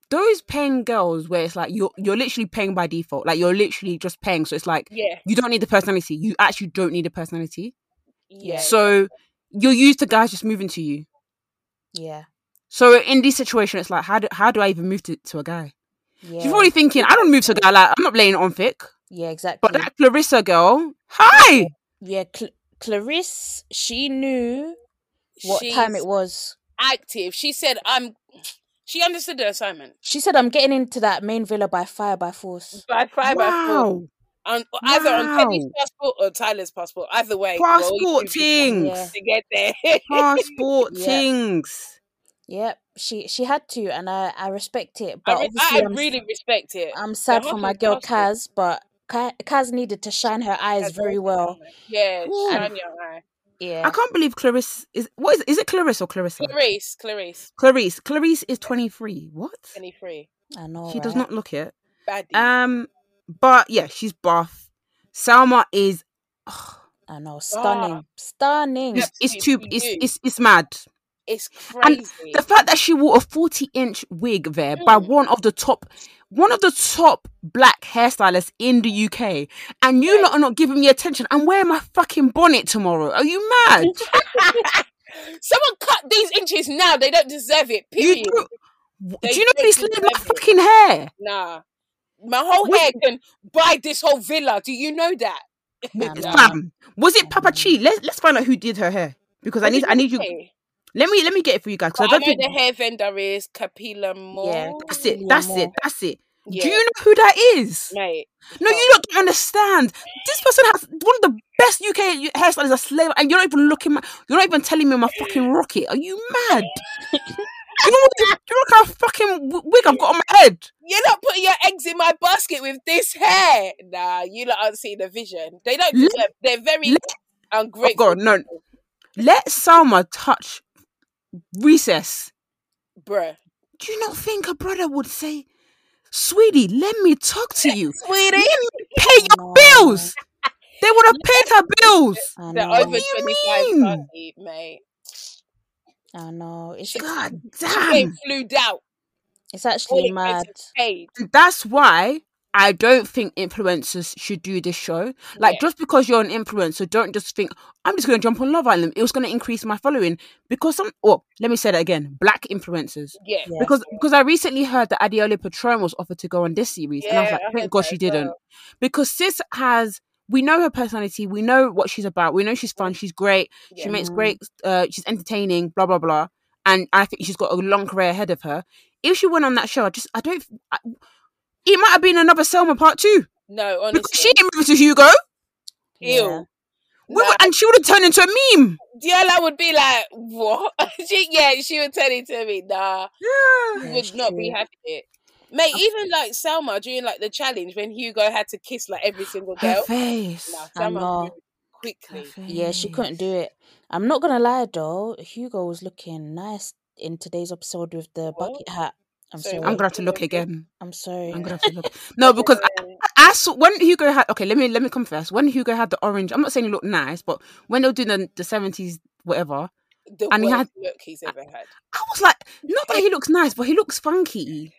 S4: those paying girls where it's like you're you're literally paying by default, like you're literally just paying, so it's like
S3: Yeah.
S4: you don't need the personality. You actually don't need the personality,
S3: Yeah.
S4: so you're used to guys just moving to you.
S2: Yeah,
S4: So in this situation, it's like how do how do I even move to, to a guy?
S2: yeah,
S4: She's probably thinking, I don't move to a guy like I'm not laying it on thick.
S2: yeah, exactly.
S4: But that Clarissa girl, hi.
S2: yeah, Cl- Clarisse, she knew what time
S3: She's
S2: it was.
S3: active. She said, I'm. She understood the assignment.
S2: She said, "I'm getting into that main villa by fire by force."
S3: By five by four.
S4: Wow.
S3: on either on Teddy's
S4: Wow.
S3: passport or Tyler's passport. Either way, we'll always
S4: Passport
S3: do this
S2: Yeah.
S4: things.
S3: to get there.
S4: Passport
S2: Yeah.
S4: things.
S2: Yep, she she had to, and I I respect it. But
S3: I, re- I
S2: obviously, I'm,
S3: really respect it.
S2: I'm sad for
S3: hustle
S2: my
S3: and
S2: girl
S3: bustle.
S2: Kaz, but Ka- Kaz needed to shine her eyes
S3: That's
S2: very
S3: awesome.
S2: well.
S3: Yeah,
S4: Ooh.
S3: shine your eye.
S2: Yeah,
S4: I can't believe Clarissa is what is is it Clarissa or Clarissa?
S3: Clarice, Clarice,
S4: Clarice. Clarice is 23. What?
S3: twenty three,
S2: I know.
S4: She does
S2: right?
S4: not look it.
S3: baddie.
S4: Um, but yeah, she's buff. Salma is
S2: I know. Stunning, stunning.
S3: Yep.
S4: it's
S3: Absolute
S4: too
S3: for
S4: it's
S3: you.
S4: it's it's mad.
S3: it's crazy.
S4: The fact that she wore a 40 inch wig there by
S3: Mm.
S4: one of the top one of the top black hairstylists in the UK and you
S3: Yeah.
S4: lot are not giving me attention. I'm wearing my fucking bonnet tomorrow. Are you mad?
S3: Someone cut these inches now. They don't deserve it.
S4: you
S3: Period.
S4: do,
S3: They
S4: do you know
S3: don't
S4: these ladies my
S3: deserve it.
S4: fucking hair?
S3: Nah. My whole
S4: Wait.
S3: hair can buy this whole villa. Do you know that?
S2: I know.
S4: Fam, was it Papa Chi? Let's let's find out who did her hair. Because I
S3: What
S4: need
S3: did
S4: I need you
S3: say?
S4: let me let me get it for you guys because
S3: But
S4: I
S3: I
S4: don't
S3: know
S4: think
S3: the hair vendor is Kapila Moore.
S4: that's it,
S2: Yeah,
S4: that's
S2: more.
S4: it, that's it.
S3: Yeah,
S4: Do you know who that is?
S3: mate.
S4: No, you don't understand. This person has one of the best UK hairstylists, a slave, and you're not even looking. My, you're not even telling me my fucking rocket. Are you mad? you know what? the- You know what kind of fucking w- wig I've got on my head.
S3: You're not putting your eggs in my basket with this hair. Nah, you lot aren't seeing the vision. They don't
S4: Let-
S3: deserve. They're very
S4: let- Oh
S3: ungrateful,
S4: God, no. Let Salma touch recess.
S3: bruh.
S4: Do you not think a brother would say, "Sweetie, let me talk to you.
S3: Sweetie,
S4: Pay your
S2: No.
S4: bills." They would have paid her bills.
S2: I
S3: they're
S2: know.
S3: over
S4: you
S3: twenty-five,
S4: mean?
S3: party, mate.
S2: I know. It's
S4: God
S3: They
S4: damn.
S3: flew out.
S2: it's
S3: All
S2: actually
S3: the
S2: mad.
S3: expenses paid.
S4: That's why I don't think influencers should do this show. Like,
S3: Yeah.
S4: just because you're an influencer, don't just think, I'm just going to jump on Love Island. It was going to increase my following. Because some, oh, let me say that again black influencers.
S3: Yeah.
S2: Yeah.
S4: Because because I recently heard that Adiola Patron was offered to go on this series, and I was
S3: Yeah,
S4: like,
S3: I heard
S4: thank God
S3: that
S4: she
S3: as well.
S4: didn't. Because Sis has, we know her personality, we know what she's about, we know she's fun, she's great,
S3: Yeah.
S4: she makes
S2: Mhm.
S4: great, uh, she's entertaining, blah blah blah, and I think she's got a long career ahead of her. If she went on that show, I just I don't. I, it might have been another Selma part two
S3: No,
S4: because
S3: honestly.
S4: she didn't move to Hugo,
S3: Ew.
S4: we
S3: Nah.
S4: were, and she would have turned into a meme.
S3: Diola would be like, what? she, yeah, she would tell it to me. Nah,
S4: Yeah.
S3: you
S2: Yeah,
S3: would not be
S2: true.
S3: happy with it. Mate, even like Selma during like the challenge when Hugo had to kiss like every single
S4: Her
S3: girl.
S4: face.
S3: Nah,
S2: I
S3: Selma
S2: know.
S3: moved quickly.
S2: Yeah, she couldn't do it. I'm not gonna lie though, Hugo was looking nice in today's episode with the
S3: What?
S2: bucket hat. I'm
S3: Sorry,
S2: sorry.
S4: I'm
S3: what?
S4: gonna have to look again.
S2: I'm sorry.
S4: I'm gonna have to look. No, because I saw when Hugo had okay, let me let me confess. When Hugo had the orange, I'm not saying he looked nice, but when they were doing the- the seventies, whatever,
S3: the
S4: and he
S3: worst
S4: had-
S3: look he's ever had.
S4: I was like, not that he looks nice, but he looks funky.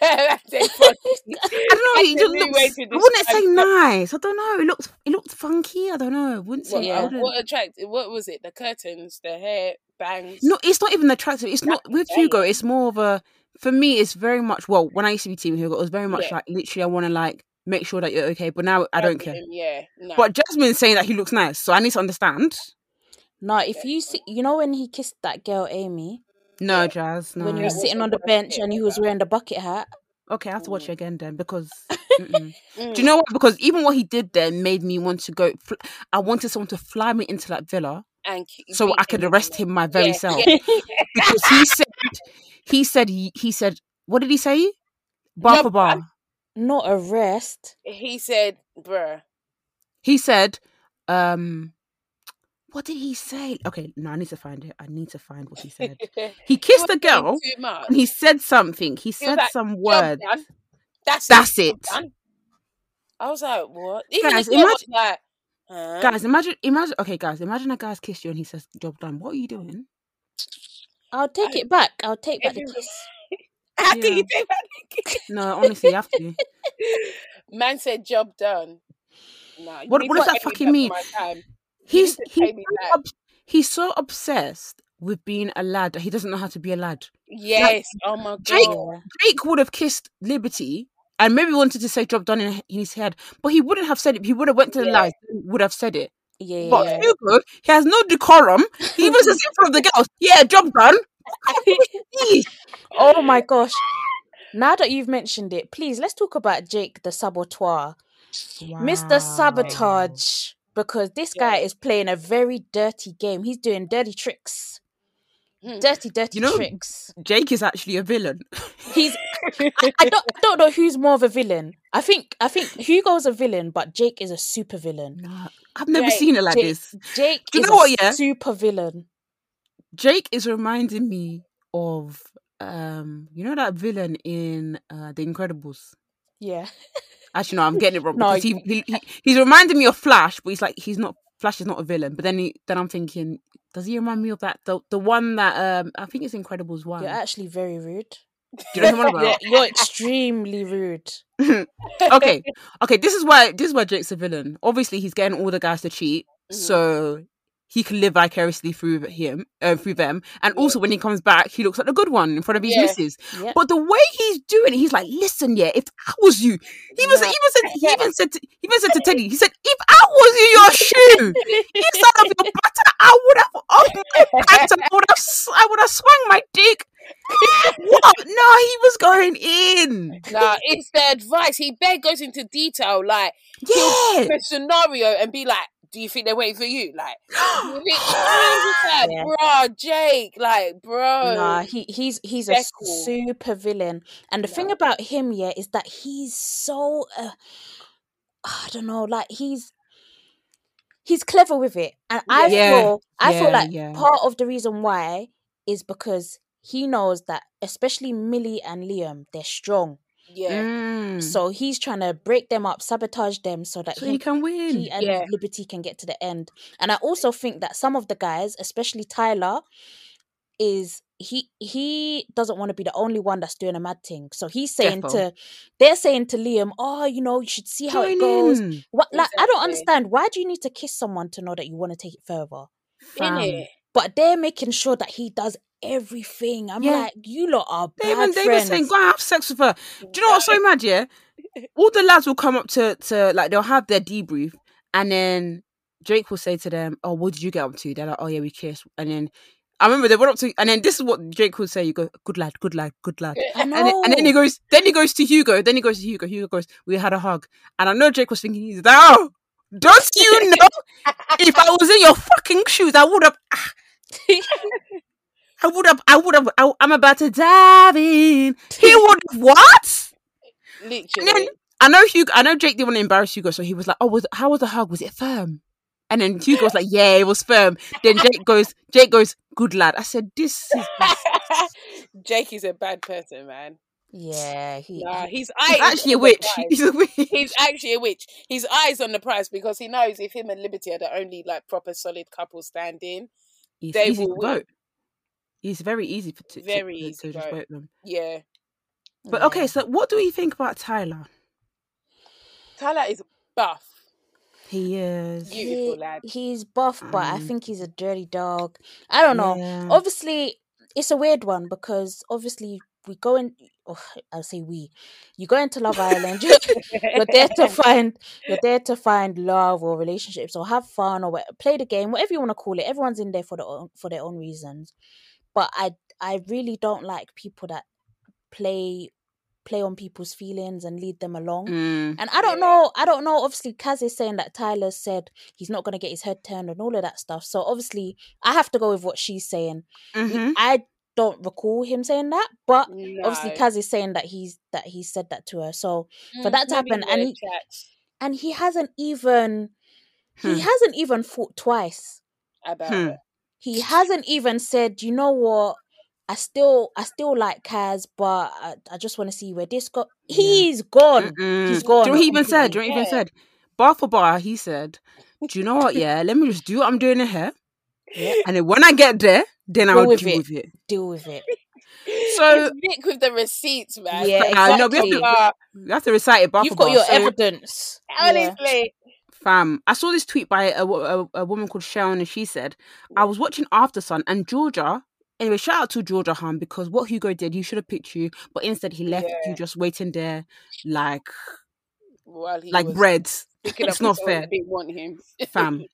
S3: That's it, funny.
S4: I don't know, he
S3: That's a
S4: just
S3: new way
S4: looks.
S3: to
S4: I wouldn't
S3: describe
S4: say
S3: it.
S4: nice. I don't know. It looks it looked funky. I don't know. I wouldn't
S3: What, uh,
S4: say. I
S2: Yeah.
S4: wouldn't.
S3: what attracted? What was it? The curtains, the hair, bangs.
S4: No, it's not even attractive. It's not with
S3: okay.
S4: Hugo. It's more of a for me. It's very much well. When I used to be team Hugo, it was very much
S3: Yeah.
S4: like literally. I want to like make sure that you're okay, but now I
S3: That's
S4: don't care.
S3: him, yeah, no.
S4: But Jasmine's saying that he looks nice, so I need to understand.
S2: No, if you see, you know when he kissed that girl Amy
S4: No,
S3: Yeah.
S4: Jazz. No.
S2: when he
S3: That
S2: was
S3: was
S2: sitting
S3: the
S2: on the
S3: worst
S2: bench
S3: bit
S2: and he
S3: of
S2: was
S3: that.
S2: wearing the bucket hat.
S4: Okay, I have to watch it
S3: Mm.
S4: again then because. mm-mm.
S3: Mm.
S4: Do you know what? Because even what he did then made me want to go. Fl- I wanted someone to fly me into that villa
S3: and k-
S4: so
S3: beat
S4: I could
S3: him
S4: arrest
S3: with
S4: him my
S3: it.
S4: very
S3: Yeah,
S4: self.
S3: yeah.
S4: Because he said, he said, he, he said, what did he say? Bar
S3: No,
S4: for
S3: but I'm-
S4: bar.
S2: Not a rest.
S3: He said, "Bruh,
S4: He said, um, what did he say? Okay, no, I need to find it. I need to find what he said. He kissed the
S3: the
S4: girl
S3: too much."
S4: and he said something. He said
S3: like,
S4: some
S3: Job
S4: word.
S3: done. That's
S4: That's
S3: it.
S4: it.
S3: Job done. I was like, "What?" Even
S4: Guys,
S3: the girl
S4: imagine-
S3: was like, huh?
S4: Guys, imagine, imagine. Okay, guys, imagine a guy's kissed you and he says, "Job done." What are you doing?
S2: I'll take
S3: I-
S2: it back. I'll take back the
S3: everyone-
S2: kiss.
S3: How can
S4: Yeah.
S3: you do that?
S4: No, honestly, you have to.
S3: Man said, "Job done." No, you
S4: What-
S3: need
S4: what
S3: to
S4: does that fucking
S3: pay me back for
S4: mean?
S3: My time. You need
S4: He's
S3: to
S4: he's
S3: pay me
S4: so
S3: back.
S4: ob- he's so obsessed with being a lad that he doesn't know how to be a lad.
S3: Yes. Oh my god.
S4: Jake-
S2: Yeah.
S4: Drake would have kissed Liberty and maybe wanted to say "job done" in, in his head, but he wouldn't have said it. He would have went to the
S3: Yeah.
S4: lads, and would have said it.
S2: Yeah,
S4: But
S2: yeah,
S4: Hugo, he has no decorum. He even says in front of the girls, "Yeah, job done."
S2: yeah.
S4: Eesh.
S2: oh my gosh. Now that you've mentioned it, please let's talk about Jake the saboteur. Mr. Sabotage, because this guy
S3: Yeah.
S2: is playing a very dirty game. He's doing dirty tricks,
S3: Hmm.
S2: dirty, dirty
S4: know-
S2: tricks.
S4: Jake is actually a villain.
S2: He's I don't I don't know who's more of a villain. I think I think Hugo's a villain, but Jake is a super villain.
S4: Nah, I've never
S3: Jake-
S4: seen it like
S2: Jake,
S4: this.
S2: Jake
S4: Do you
S2: is
S4: know
S2: a
S4: what, yeah?
S2: super villain.
S4: Jake is reminding me of um, you know that villain in uh, The Incredibles.
S2: Yeah.
S4: Actually, no, I'm getting it wrong
S2: No,
S4: because he, he, he he's reminding me of Flash, but he's like he's not Flash is not a villain. But then he, then I'm thinking, does he remind me of that the the one that um I think it's Incredibles one?
S2: You're actually very rude.
S4: Do you know what I'm on
S2: You're,
S4: about?
S2: you're extremely rude.
S4: okay, okay. This is why this is why Jake's a villain. Obviously, he's getting all the guys to cheat,
S3: Mhm.
S4: so he can live vicariously through him, uh, through them. And
S3: Yeah.
S4: also, when he comes back, he looks like the good one in front of his
S3: Yeah.
S4: missus.
S2: Yep.
S4: But the way he's doing it, he's like, "Listen, yeah, if I was you," he was
S3: Nah.
S4: he even said he even said to, he even said to Teddy, he said, "If I was you, your shoe inside of your butter, I would have off my pants, I would have s- I would have swung my dick." what? No, he was going in.
S3: Nah, it's the advice. He bear goes into detail, like
S4: Yeah.
S3: the scenario, and be like, "Do you think they're waiting for you?" Like, you think- I'm just like,
S2: Yeah.
S3: bruh, Jake, like, bro,
S2: Nah, he he's he's a
S3: Jekyll.
S2: super villain, and the thing
S3: Nah.
S2: about him, yeah, is that he's so uh, I don't know, like he's he's clever with it, and I
S3: Yeah.
S4: Yeah,
S2: feel I feel
S4: yeah,
S2: like
S4: yeah.
S2: part of the reason why is because he knows that especially Millie and Liam, they're strong,
S3: yeah,
S4: Mm.
S2: so he's trying to break them up, sabotage them, so that
S4: So
S2: him
S4: he can win.
S2: he and
S3: yeah,
S2: Liberty can get to the end. And I also think that some of the guys, especially Tyler, is he he doesn't want to be the only one that's doing a mad thing. So he's saying to they're saying to Liam, Oh, you know, you should see how it
S4: Join
S2: goes.
S4: in,
S2: What like I don't
S3: Exactly.
S2: understand. Why do you need to kiss someone to know that you want to take it further? mm-hmm.
S4: fam.
S3: Innit?
S2: But they're making sure that he does everything. I'm
S4: Yeah.
S2: like, you lot are bad
S4: They even they were
S2: friends.
S4: saying, "Go and have sex with her." Do you know what's so mad? Yeah, all the lads will come up to to like they'll have their debrief, and then Drake will say to them, "Oh, what did you get up to?" They're like, "Oh yeah, we kissed," and then. I remember they went up to, and then this is what Drake would say. You go, good lad, good lad, good lad,
S2: I know.
S4: and then, and then he goes, then he goes to Hugo, then he goes to Hugo. Hugo goes, we had a hug, and I know Drake was thinking, he's like, oh, don't you know? if I was in your fucking shoes, I would have ah, I would have, I would have, I- I'm about to dive in. He would have, what? And then
S3: Literally.
S4: I know Hugo, I know Jake didn't want to embarrass Hugo, so he was like, oh, was, how was the hug? Was it firm? And then Hugo was like, yeah, it was firm. Then Jake goes, Jake goes, good lad. I said, this is,
S3: Jake is a bad person, man.
S2: Yeah, he,
S3: Nah, he's
S4: he's actually a witch. He's a witch.
S3: He's actually a witch. His eyes on the prize because he knows if him and Liberty are the only like proper solid couple standing,
S4: He's
S3: They
S4: easy
S3: will
S4: to vote. He's very easy for, to, to-
S3: Very
S4: to,
S3: easy
S4: to just
S3: vote.
S4: vote them.
S3: yeah.
S4: But
S2: yeah.
S4: okay, so what do we think about Tyler?
S3: Tyler is buff.
S4: He is.
S3: You- beautiful lad.
S2: He's buff, but I
S4: Um,
S2: think he's a dirty dog. I don't know.
S4: Yeah.
S2: Obviously, it's a weird one because obviously we go in. Oh, I'll say we. You go into Love Island. You're, you're there to find. You're there to find love or relationships or have fun or what, play the game, whatever you want to call it. Everyone's in there for their own, for their own reasons. But I I really don't like people that play play on people's feelings and lead them along.
S4: Mm.
S2: And I don't
S3: Yeah.
S2: know, I don't know. Obviously, Kaz is saying that Tyler said he's not going to get his head turned and all of that stuff. So obviously, I have to go with what she's saying. We-
S4: Mhm.
S2: I don't recall him saying that, but obviously,
S3: No.
S2: Kaz is saying that he's that he said that to her. So for that to
S3: Maybe
S2: happen,
S3: in
S2: and
S3: the
S2: he-
S3: chat
S2: and he hasn't even
S4: Hmm.
S2: he hasn't even thought twice.
S3: about
S4: Hmm.
S3: it.
S2: He hasn't even said, you know what? I still I still like Kaz, but I, I just want to see where this go. He's gone.
S4: Mm-mm.
S2: He's gone.
S4: Do you know what he even said? Do
S2: completely.
S4: you know what he even
S3: Yeah.
S4: said? Bar for bar, he said, Do you know what? Yeah, let me just do what I'm doing in here.
S2: Yeah.
S4: And then when I get there, then
S2: Go
S4: I'll
S2: with
S4: deal
S2: it.
S4: with it.
S2: Deal with it.
S4: So-
S3: It's Nick with the receipts, man.
S2: Yeah,
S4: Nah, no, we have
S2: exactly.
S4: to- You have to recite it bar
S2: You've
S4: for
S2: got
S4: bar.
S2: your
S4: So,
S2: evidence. Yeah.
S3: Honestly,
S4: fam, I saw this tweet by a, wo- a, a woman called Sharon, and she said, I was watching After Sun, and Georgia. Anyway, shout out to Georgia Han because what Hugo did, you should have picked you, but instead he left you just waiting there like
S3: while he
S4: like
S3: was
S4: bread,
S3: picking
S4: it's
S3: up
S4: not
S3: his own
S4: fair.
S3: Big want him.
S4: fam.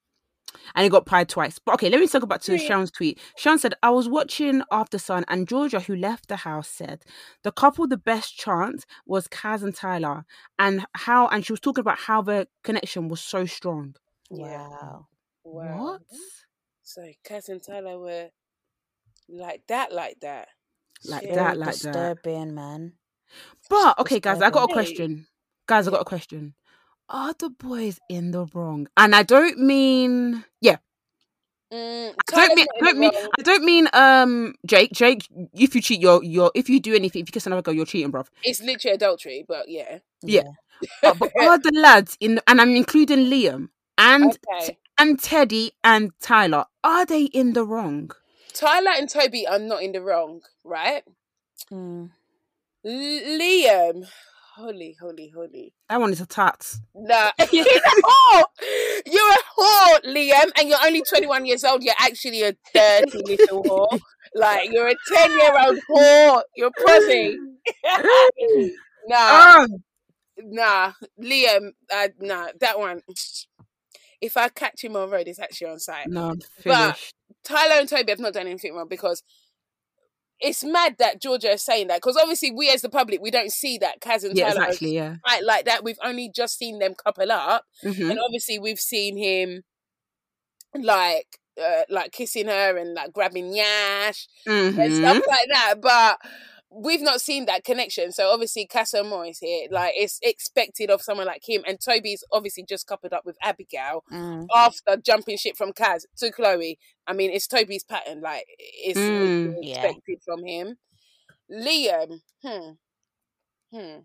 S4: and he got pied twice. But okay, let me circle back to Sharon's tweet. Sharon said, I was watching After Sun and Georgia, who left the house, said the couple the best chance was Kaz and Tyler and how and she was talking about how the connection was so strong.
S3: Yeah.
S2: Wow.
S3: Wow.
S4: What?
S3: So Kaz and Tyler were like that, like that.
S4: Like
S3: Shit.
S4: that,
S2: Very
S4: like that.
S2: disturbing, man.
S4: But okay, guys, I got
S2: disturbing.
S4: a question. Guys, I got a question. Are the boys in the wrong? And I don't mean yeah,
S3: Mm,
S4: I
S3: Tyler's
S4: don't mean, I
S3: not
S4: don't
S3: in
S4: mean,
S3: it wrong.
S4: I don't mean, um, Jake, Jake, if you cheat, you're, you're, if you do anything, if you kiss another girl, you're cheating, bruv.
S3: It's literally adultery, but yeah.
S4: Yeah. But, but are the lads in, the, and I'm including Liam and,
S3: Okay.
S4: and Teddy and Tyler, are they in the wrong?
S3: Tyler and Toby are not in the wrong, right?
S2: Mm.
S3: L- Liam. Holy, holy, holy.
S4: That one is a tat.
S3: Nah. You're a whore. You're a whore, Liam, and you're only 21 years old. You're actually a dirty little whore. Like, you're a 10 year old whore. You're a pussy. nah, Uh,
S4: Oh,
S3: nah. Liam, uh, nah, that one. If I catch him on road, it's actually on site.
S4: no, I'm
S3: But-
S4: finished.
S3: Tyler and Toby have not done anything wrong because it's mad that Georgia is saying that because obviously we as the public we don't see that Kaz and
S4: yeah,
S3: Tyler are
S4: exactly, yeah.
S3: fight like that. We've only just seen them couple up,
S4: Mhm.
S3: and obviously we've seen him like uh, like kissing her and like grabbing Yash and
S4: Mhm.
S3: stuff like that, but. We've not seen that connection, so obviously Casa Moore is here. Like it's expected of someone like him, and Toby's obviously just coupled up with Abigail,
S2: Mm.
S3: after jumping ship from Kaz to Chloe, I mean, it's Toby's pattern. Like, it's
S4: Mm.
S3: it's
S2: Yeah.
S3: expected from him. Liam, hmm, hmm.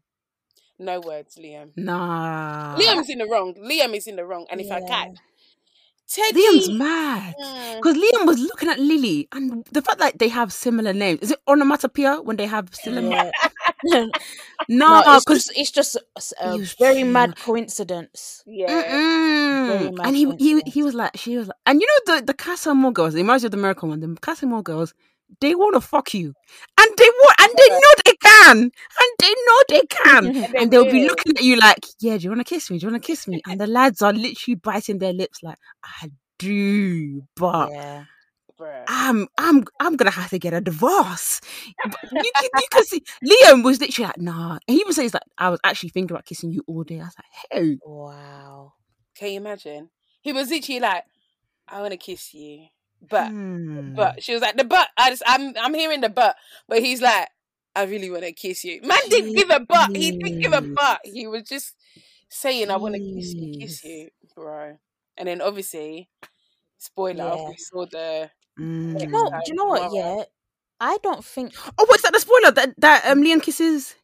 S3: No words, Liam.
S4: Nah. Ah.
S3: Liam's in the wrong. Liam is in the wrong. And if I
S2: Yeah.
S3: catch Teddy.
S4: Liam's mad because Liam was looking at Lily, and the fact that they have similar names is it onomatopoeia when they have similar?
S2: Yeah.
S4: No,
S2: no, it's
S4: because
S2: just, it's just a, a
S4: He was
S2: very
S4: too
S2: mad coincidence.
S3: Yeah.
S2: Very
S4: Mm.
S2: mad
S4: And he, he
S2: coincidence.
S4: he was like, she was like, and you know the the Casamore girls. It reminds you of the American one. The Casamore girls, they want to fuck you, and they want, and they know they can, and they know they can,
S3: they
S4: and they'll be
S3: will.
S4: looking at you like, yeah, do you want to kiss me? Do you want to kiss me? And the lads are literally biting their lips like, I do, but
S2: Yeah.
S3: Bruh.
S4: I'm I'm I'm gonna have to get a divorce. But you, can, you can see Liam was literally like, nah. And he was saying he's like, I was actually thinking about kissing you all day. I was like, hey.
S2: Wow.
S3: Can you imagine? He was literally like, I want to kiss you. But,
S4: hmm.
S3: but she was like, the but. I just, I'm, I'm hearing the but. But he's like, I really want to kiss you. Man didn't give a but. He didn't give a
S4: Jeez.
S3: but. He was just saying, I want to kiss you, kiss
S4: Jeez.
S3: you, bro. And then obviously, spoiler,
S2: Yeah.
S3: we saw the.
S2: Do you
S4: Mm.
S2: know?
S3: Like,
S2: Do you know what?
S3: tomorrow.
S2: Yeah, I don't think.
S4: Oh, what's that? The spoiler that that um Liam kisses.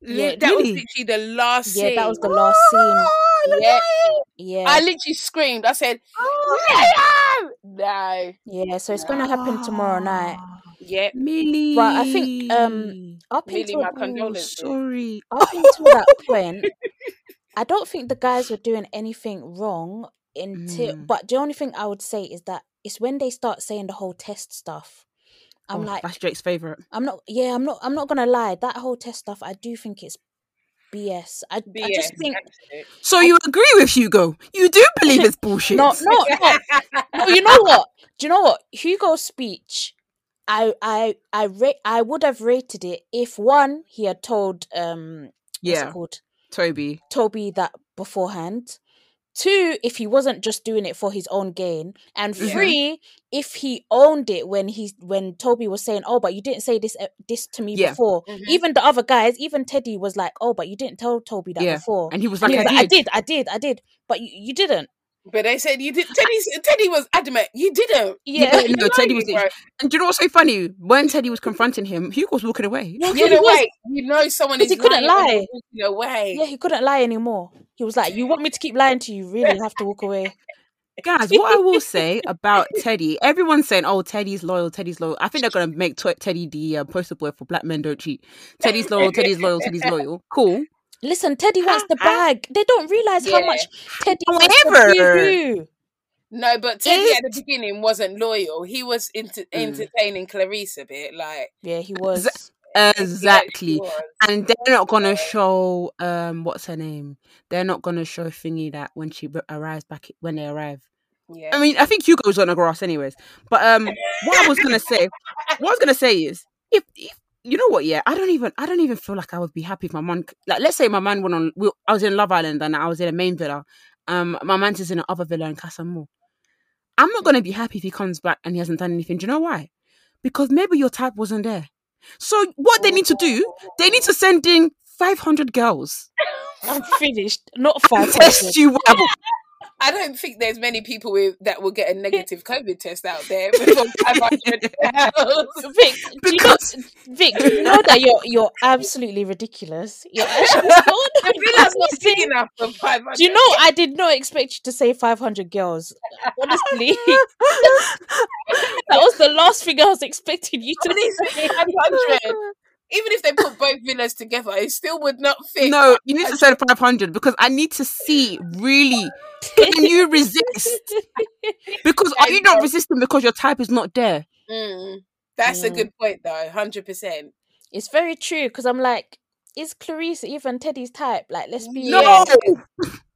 S3: li-
S2: Yeah,
S3: that was
S4: really?
S3: literally the last
S2: Yeah,
S3: scene.
S2: that was the last scene.
S4: Oh, you're
S3: Yeah.
S4: lying.
S2: Yeah,
S3: I literally screamed. I said,
S4: Oh.
S3: Liam! No.
S2: yeah. So it's gonna happen tomorrow night.
S4: Ah,
S3: Yep.
S4: Millie.
S2: But I think, um, Up
S3: Millie,
S2: until
S3: my
S4: Oh,
S3: condolences.
S4: sorry.
S2: up until that point, I don't think the guys were doing anything wrong until
S4: Mm.
S2: but the only thing I would say is that it's when they start saying the whole test stuff. I'm
S4: Oh,
S2: like
S4: that's Drake's favorite.
S2: I'm not yeah, I'm not I'm not gonna lie, that whole test stuff I do think it's BS. I, I
S3: BS.
S2: just think
S4: So you agree with Hugo? You do believe it's bullshit?
S2: no no
S3: "Oh,
S2: no
S3: absolute.
S2: no you know what? Do you know what? Hugo's speech I I I ra- I would have rated it if one he had told um what's it
S4: Yeah,
S2: called?
S4: Toby.
S2: Toby that beforehand. Two, if he wasn't just doing it for his own gain, and
S3: Yeah.
S2: three, if he owned it when he when Toby was saying, "Oh, but you didn't say this uh, this to me
S4: Yeah.
S2: before."
S3: Mhm.
S2: Even the other guys, even Teddy was like, "Oh, but you didn't tell Toby that
S4: Yeah.
S2: before,"
S4: And he was
S2: and
S4: like,
S2: he was
S4: I
S2: like, "I
S4: did.
S2: did, I did, I did, but you, you didn't."
S3: But they said you did. Teddy, Teddy was adamant. You didn't.
S4: Yeah,
S2: Yeah,
S4: no, Teddy was.
S3: Bro.
S4: And do you know what's so funny? When Teddy was confronting him, Hugo was walking away.
S2: yeah,
S3: Walking
S2: he was.
S3: away. You know someone is
S2: Because he couldn't
S3: lying when they're
S2: lie.
S3: walking away.
S2: Yeah, he couldn't lie anymore. He was like, "You want me to keep lying to you? You Really, have to walk away."
S4: Guys, what I will say about Teddy, everyone's saying, "Oh, Teddy's loyal, Teddy's loyal." I think they're gonna make t- Teddy the uh, poster boy for black men don't cheat. Teddy's loyal, Teddy's loyal, Teddy's loyal. Cool.
S2: Listen, Teddy wants the
S4: Ha, ha.
S2: bag. They don't realize how
S3: Yeah.
S2: much Teddy wants the
S4: However,
S2: boo-boo.
S3: No, but Teddy at the
S4: It-
S3: beginning wasn't loyal. He was ent-
S2: Mm.
S3: entertaining Clarice a bit, like
S2: Yeah, he was.
S3: he
S4: exactly.
S3: was.
S4: And they're not gonna show um what's her name. They're not gonna show thingy that when she r- arrives back when they arrive.
S3: Yeah.
S2: Um,
S4: I mean, I think Hugo's on the grass, anyways. But um, what I was gonna say, what I was gonna say is, if, if you know what, yeah, I don't even, I don't even feel like I would be happy if my man, like, let's say my man went on, we, I was in Love Island and I was in a main villa. Um, my man's is in another villa in Casamore. I'm not gonna be happy if he comes back and he hasn't done anything. Do you know why? Because maybe your type wasn't there. So what they need to do, they need to send in 500 girls
S2: I'm finished. Not
S4: and
S2: five
S4: test
S2: hundred.
S4: you. whatever.
S3: I don't think there's many people with, that will get a negative COVID test out there before 500 girls.
S2: Vic, do you know,
S4: Because-
S2: Vic, do you know that you're you're absolutely ridiculous. You're actually not
S3: The villa's not big
S2: crazy.
S3: enough for 500.
S2: Do you know I did not expect you to say five hundred girls? Honestly, that was the last thing I was expecting you to
S3: Honestly,
S2: say.
S3: 500. Even if they put both villas together, it still would not fit.
S4: No, you need to send 500 because I need to see really can you resist? Because are you not resisting because your type is not there?
S3: Mm. That's a
S2: Mm.
S3: good point, though. 100%.
S2: It's very true because I'm like, is Clarice even Teddy's type? Like, let's be
S3: Yeah.
S4: No,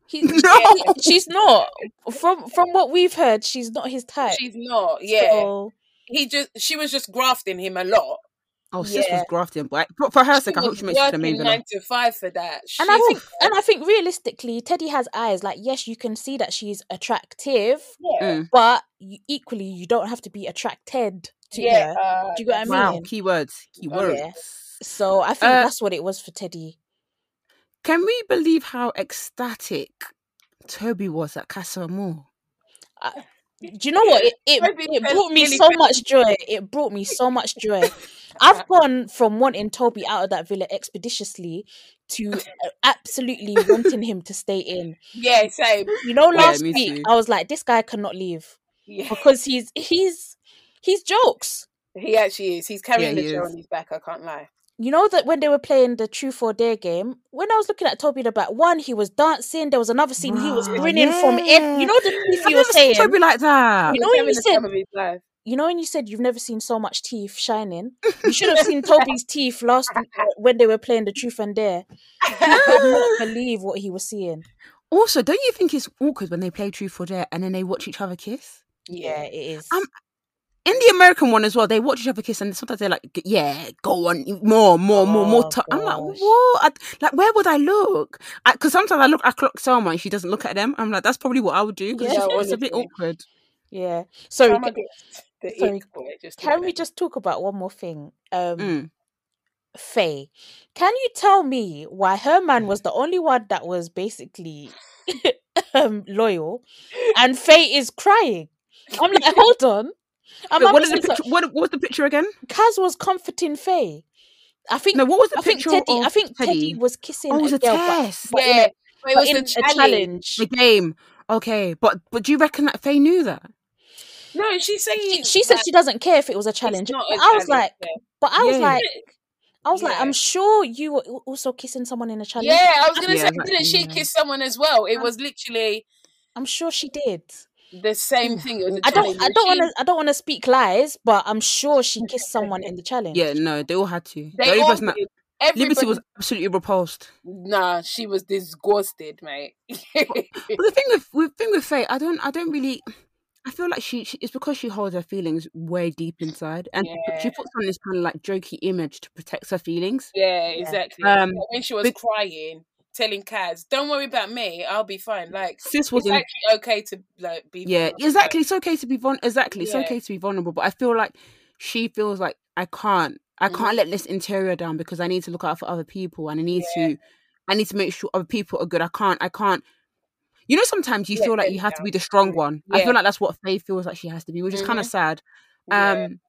S2: He,
S4: no.
S2: he- she's not. From from what we've heard, she's not his type.
S3: She's not. Yeah.
S2: So,
S3: He just she was just grafting him a lot.
S4: Oh, sis
S2: Yeah.
S4: was grafting, but for, for her
S3: She
S4: sake, I hope
S3: was
S4: she makes it to the main
S3: working
S4: villa.
S3: nine to five for that. She,
S2: and I think and I think realistically, Teddy has eyes. Like, yes, you can see that she's attractive,
S3: yeah,
S4: Mm.
S2: but you, equally, you don't have to be attracted to
S3: yeah.
S2: her.
S3: uh,
S2: Do you get what I
S3: that's-
S4: Wow,
S2: mean?
S4: keywords,
S3: Oh,
S4: keywords.
S3: yeah.
S2: So I think
S4: Uh,
S2: that's what it was for Teddy.
S4: Can we believe how ecstatic Toby was at Castle Moore?
S2: I- do you know what it, it,
S3: Toby
S2: it
S3: felt
S2: brought me
S3: really
S2: so
S3: bad.
S2: much joy it brought me so much joy I've gone from wanting Toby out of that villa expeditiously to uh, absolutely wanting him to stay in.
S3: Yeah, same.
S2: You know, last
S4: me
S2: week
S4: too.
S2: I was like, this guy cannot leave
S3: Yeah,
S2: because he's he's he's jokes.
S3: he actually is. He's carrying
S4: Yeah,
S3: the
S4: he
S3: show
S4: is.
S3: on his back. I can't lie.
S2: You know that when they were playing the truth or dare game, when I was looking at Toby in the back, one he was dancing. There was another scene he was
S4: Bruh,
S2: grinning from
S4: yeah.
S2: it. You know the
S4: I've
S2: teeth you
S4: never
S2: were
S4: seen
S2: saying.
S4: Toby like that.
S2: Uh, You
S3: He's
S2: know when
S3: having
S2: you
S3: the
S2: said-
S3: time of his life.
S2: you know when you said you've never seen so much teeth shining you should have seen toby's teeth last uh, when they were playing the truth and dare i could not believe what he was seeing
S4: Also, don't you think it's awkward when they play Truth or Dare and then they watch each other kiss?
S2: yeah
S3: Yeah.
S2: it is
S4: Um, In the American one as well, they watch each other kiss and sometimes they're like, "G- "Yeah, go on, more, more, more, more."
S2: Oh,
S4: T-. I'm like,
S2: gosh.
S4: "What? I- like, where would I look?" Because sometimes I look, I clock Selma and she doesn't look at them. I'm like, "That's probably what I would do." 'cause
S2: Yeah,
S4: it's, it's a bit
S3: honestly.
S4: awkward.
S2: yeah
S3: Sorry,
S2: sorry
S3: Mama
S2: ca-
S3: gets the
S2: sorry,
S3: ick for it, just
S2: can
S3: looking
S2: we
S3: at
S2: just talk about one more thing um
S4: Mm.
S2: faye can you tell me why her man
S4: Mm.
S2: was the only one that was basically um loyal and faye is crying i'm like hold on i'm
S4: Wait, what, is the
S2: having some-
S4: picture, what, what was the picture again?
S2: Kaz was comforting Faye. I think
S4: No, what was the
S2: I think
S4: picture
S2: Teddy.
S4: of
S2: I think Teddy,
S4: Teddy?
S2: was kissing
S4: Oh, it was
S2: a
S4: a
S2: girl, but,
S4: test.
S2: but in,
S3: Yeah,
S2: a,
S3: but it
S2: but
S3: was
S2: in
S3: a
S2: a
S3: challenge.
S2: challenge.
S4: The game. Okay, but but do you reckon that Faye knew that?
S3: No, she's saying
S2: She, she said
S3: that
S2: she doesn't care if it was a challenge.
S3: it's not
S2: But
S3: a
S2: I was
S3: challenge,
S2: like,
S3: yeah.
S2: but I was
S4: Yeah.
S2: like, I was like,
S3: Yeah.
S2: I'm sure you were al- also kissing someone in a challenge.
S3: Yeah, I was gonna
S4: Yeah,
S3: say,
S4: but-
S3: didn't she
S4: yeah.
S3: kiss someone as well? It
S2: Um,
S3: was literally
S2: I'm sure she did.
S3: the same thing. It was a
S2: Mm. I don't.
S3: challenge.
S2: I
S3: and
S2: don't want
S3: she-
S2: to. I don't want to speak lies, but I'm sure she kissed someone in the challenge.
S4: Yeah, no, they all had to. The
S3: They
S4: only
S3: all
S4: person that
S3: did.
S4: Liberty
S3: Everybody.
S4: was absolutely repulsed.
S3: Nah, she was disgusted, mate.
S4: But the thing with, with thing with Faye, I don't I don't really I feel like she, she it's because she holds her feelings way deep inside and she put- she
S3: Yeah.
S4: puts on this kind of like jokey image to protect her feelings.
S3: Yeah, exactly.
S4: Um,
S3: Like, when she was
S4: bec-
S3: crying, telling Kaz, "Don't worry about me, I'll be fine." Like
S4: Sis was
S3: it's
S4: in
S3: actually okay to like be.
S4: yeah,
S3: vulnerable.
S4: exactly. It's okay to be vulnerable. Exactly, it's
S3: Yeah.
S4: okay to be vulnerable. But I feel like she feels like I can't, I
S3: Mhm.
S4: can't let this interior down because I need to look out for other people and I need
S3: Yeah.
S4: to, I need to make sure other people are good. I can't, I can't. You know, sometimes you
S3: Let
S4: feel like
S3: them
S4: you have to
S3: down.
S4: be the strong one. I
S3: Yeah. Mm-hmm.
S4: feel like that's what Faye feels like she has to be, which is kind of sad.
S3: Yeah.
S4: Um,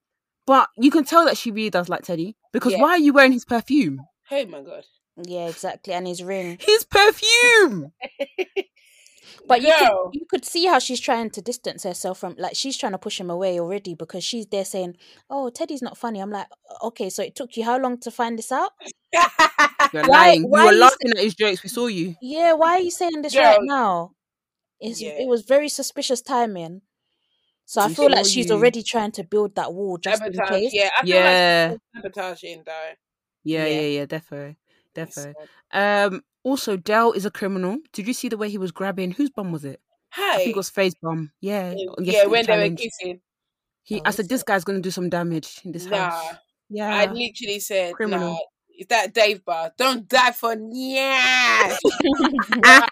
S4: but you can tell that she really does like Teddy because
S3: Yeah.
S4: why are you wearing his perfume?
S3: Oh my god.
S2: Yeah, exactly. And his ring.
S4: His perfume.
S2: But you could,
S3: Girl.
S2: you could see how she's trying to distance herself from, like, she's trying to push him away already because she's there saying, Oh, Teddy's not funny. I'm like, Okay, so it took you how long to find this out?
S4: You're
S2: Why-
S4: lying.
S2: why
S4: you
S2: are
S4: were
S2: you
S4: laughing at his jokes. We saw you.
S2: Yeah, why are you saying this right
S3: Girl.
S2: now? It's,
S3: Yeah.
S2: It was very suspicious timing. So I
S4: We
S2: feel like
S4: saw
S2: she's
S4: you.
S2: already trying to build that wall just in case.
S3: sabotage. Yeah, I feel like
S4: Yeah.
S3: she's sabotaging though.
S4: Yeah,
S2: Yeah.
S4: yeah, yeah, defo,
S3: So-
S4: defo. Um, also, Dell is a criminal. Did you see the way he was grabbing? Whose bum was it? I
S3: Hey.
S4: think it was Faye's bum. Yeah,
S3: Yeah,
S4: on
S3: yeah,
S4: yesterday's
S3: when they were
S4: challenge.
S3: kissing.
S4: He,
S2: Oh,
S4: I
S2: is
S4: said, this guy's gonna do some damage in this
S3: Nah.
S4: house.
S3: I
S4: Yeah,
S3: literally said,
S4: Ah, criminal.
S3: nah, is that Dave Bar? Don't die for nyash.
S4: Ah,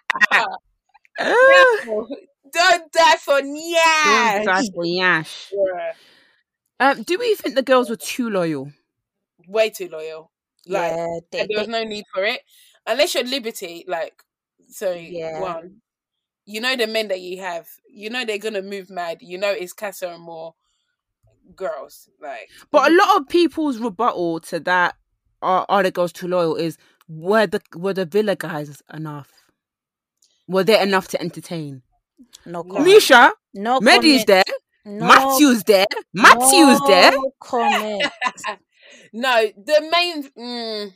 S3: No, Don't die for
S4: Don't die
S3: nyash.
S4: for Yash.
S3: Bruh,
S4: Um, do we think the girls were too loyal?
S3: Way too loyal. Like,
S2: yeah, they,
S3: and there was
S2: they,
S3: no need for it. Unless you're Liberty, like, sorry,
S2: yeah.
S3: one, you know the men that you have, you know they're going to move mad. You know it's Casa and more girls. Like,
S4: But a lot of people's rebuttal to that are, are the girls too loyal is were the were the villa guys enough? Were they enough to entertain?
S2: No
S3: No.
S2: comment.
S4: Misha,
S2: No
S4: Medi's
S2: comment.
S4: there.
S2: No,
S4: Matthew's there. Matthew's there.
S2: no comment.
S3: no, the main. Mm,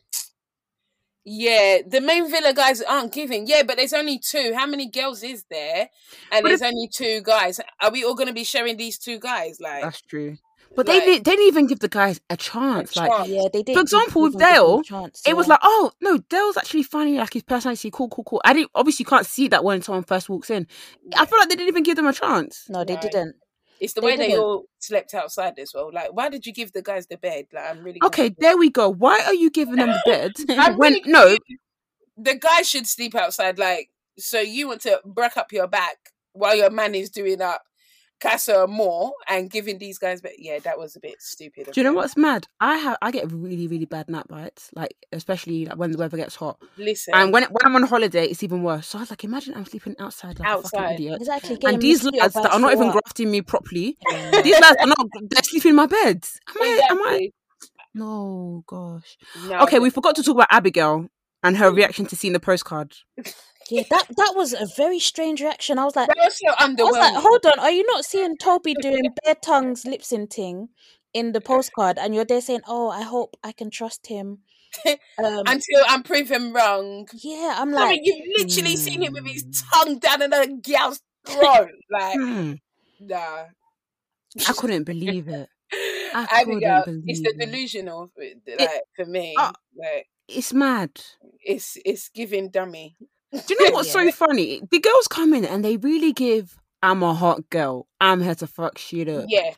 S3: yeah, the main villa guys aren't giving. Yeah, but there's only two. How many girls is there? And
S4: But
S3: there's only two guys. Are we all going to be sharing these two guys? Like,
S4: That's true. But
S3: like,
S4: they didn't, they didn't even give the guys a
S3: a
S4: chance. Like
S3: chance.
S2: Yeah, they didn't.
S4: for
S2: give-
S4: example, with
S2: even give him a
S4: Dale,
S2: chance,
S4: it was
S2: yeah.
S4: like, oh no, Dale's actually funny. Like his personality, cool, cool, cool. I didn't obviously you can't see that when someone first walks in. I feel like they didn't even give them a chance.
S2: No, they
S3: No.
S2: didn't.
S3: It's the
S2: They
S3: way they
S2: didn't.
S3: all slept outside as well. Like, why did you give the guys the bed? Like, I'm really
S4: Okay,
S3: confused.
S4: there we go. Why are you giving them the bed
S3: I'm
S4: when
S3: really
S4: no?
S3: The guys should sleep outside. Like, so you want to break up your back while your man is doing up Casa more and giving these guys. But yeah, that was a bit stupid. of
S4: Do you know
S3: them.
S4: what's mad? I have I get really really bad night bites. Like especially like, when the weather gets hot.
S3: Listen,
S4: And when when I'm on holiday, it's even worse. So I was like, imagine I'm sleeping outside like a
S3: Outside.
S4: fucking idiot.
S2: Exactly. Getting
S4: and these
S2: mosquito
S4: lads that
S2: bites
S4: are not
S2: for
S4: even
S2: what?
S4: grafting me properly,
S2: Yeah.
S4: these lads are not they're sleeping in my bed. Am I? Am I?
S3: exactly.
S4: No, gosh.
S3: No.
S4: Okay, we forgot to talk about Abigail and her reaction to seeing the postcard.
S2: Yeah, that that was a very strange reaction. I was like,
S3: That was so
S2: I was like,
S3: underwhelming.
S2: hold on, are you not seeing Toby doing bare tongues lip syncing in the postcard, and you're there saying, "Oh, I hope I can trust him." Um,
S3: Until I'm proven wrong.
S2: yeah, I'm
S3: I
S2: like, mm.
S3: mean, you've literally seen him with his tongue down in a gal's throat. like,
S4: Hmm,
S3: nah.
S4: I couldn't believe it. I
S3: Abigail,
S4: couldn't
S3: uh, it's the
S4: believe it.
S3: delusional, uh, like, for me.
S4: Oh.
S3: Like,
S4: It's mad.
S3: it's it's giving dummy.
S4: Do you know what's
S2: Yeah.
S4: so funny? The girls come in and they really give I'm a hot girl. I'm here to fuck shit up.
S3: Yeah,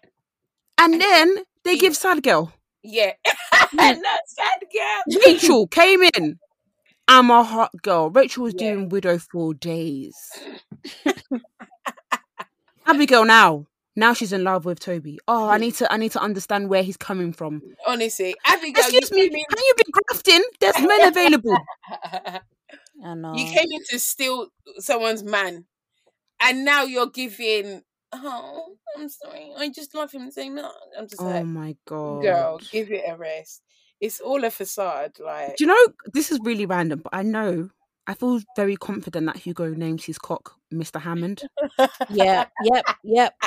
S4: And then they give sad girl.
S3: yeah. and that's sad girl.
S4: Rachel came in. I'm a hot girl. Rachel was
S3: Yeah.
S4: doing widow for days. Abigail now. Now she's in love with Toby. Oh, I need to I need to understand where he's coming from.
S3: Honestly, Abigail,
S4: Excuse me,
S3: you,
S4: can you be grafting? There's men available.
S3: Came in,
S2: I know.
S3: you came in to steal someone's man, and now you're giving. Oh, I'm sorry. I just love him so much. I'm just
S4: Oh
S3: like,
S4: my god.
S3: girl, give it a rest. It's all a facade. Like,
S4: Do you know this is really random, but I know I feel very confident that Hugo names his cock Mr. Hammond.
S2: Yeah, yep, yep,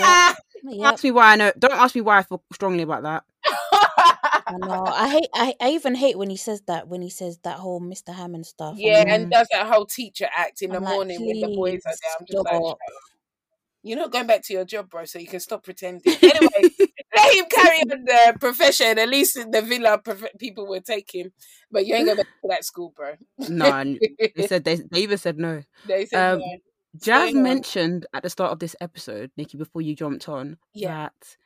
S3: Ah!
S2: yep.
S4: Ask me why I know. Don't ask me why I feel strongly about that.
S2: I
S3: Ah!
S2: know. I hate. I, I even hate when he says that. When he says that whole Mr. Hammond stuff. I'm
S3: yeah,
S2: like,
S3: and does that whole teacher act in the
S2: I'm like,
S3: morning when the boys are
S2: "Please
S3: there. I'm just like,
S2: stop."
S3: you're not going back to your job, bro, so you can stop pretending. Anyway, let him carry on the profession. At least in the villa prof- people will take him, but you ain't going back to that school, bro.
S4: No, and they said they, they even said no.
S3: they said,
S4: Um,
S3: no.
S4: Jazz
S3: going on?
S4: mentioned at the start of this episode, Nikki, before you jumped on,
S3: Yeah.
S4: that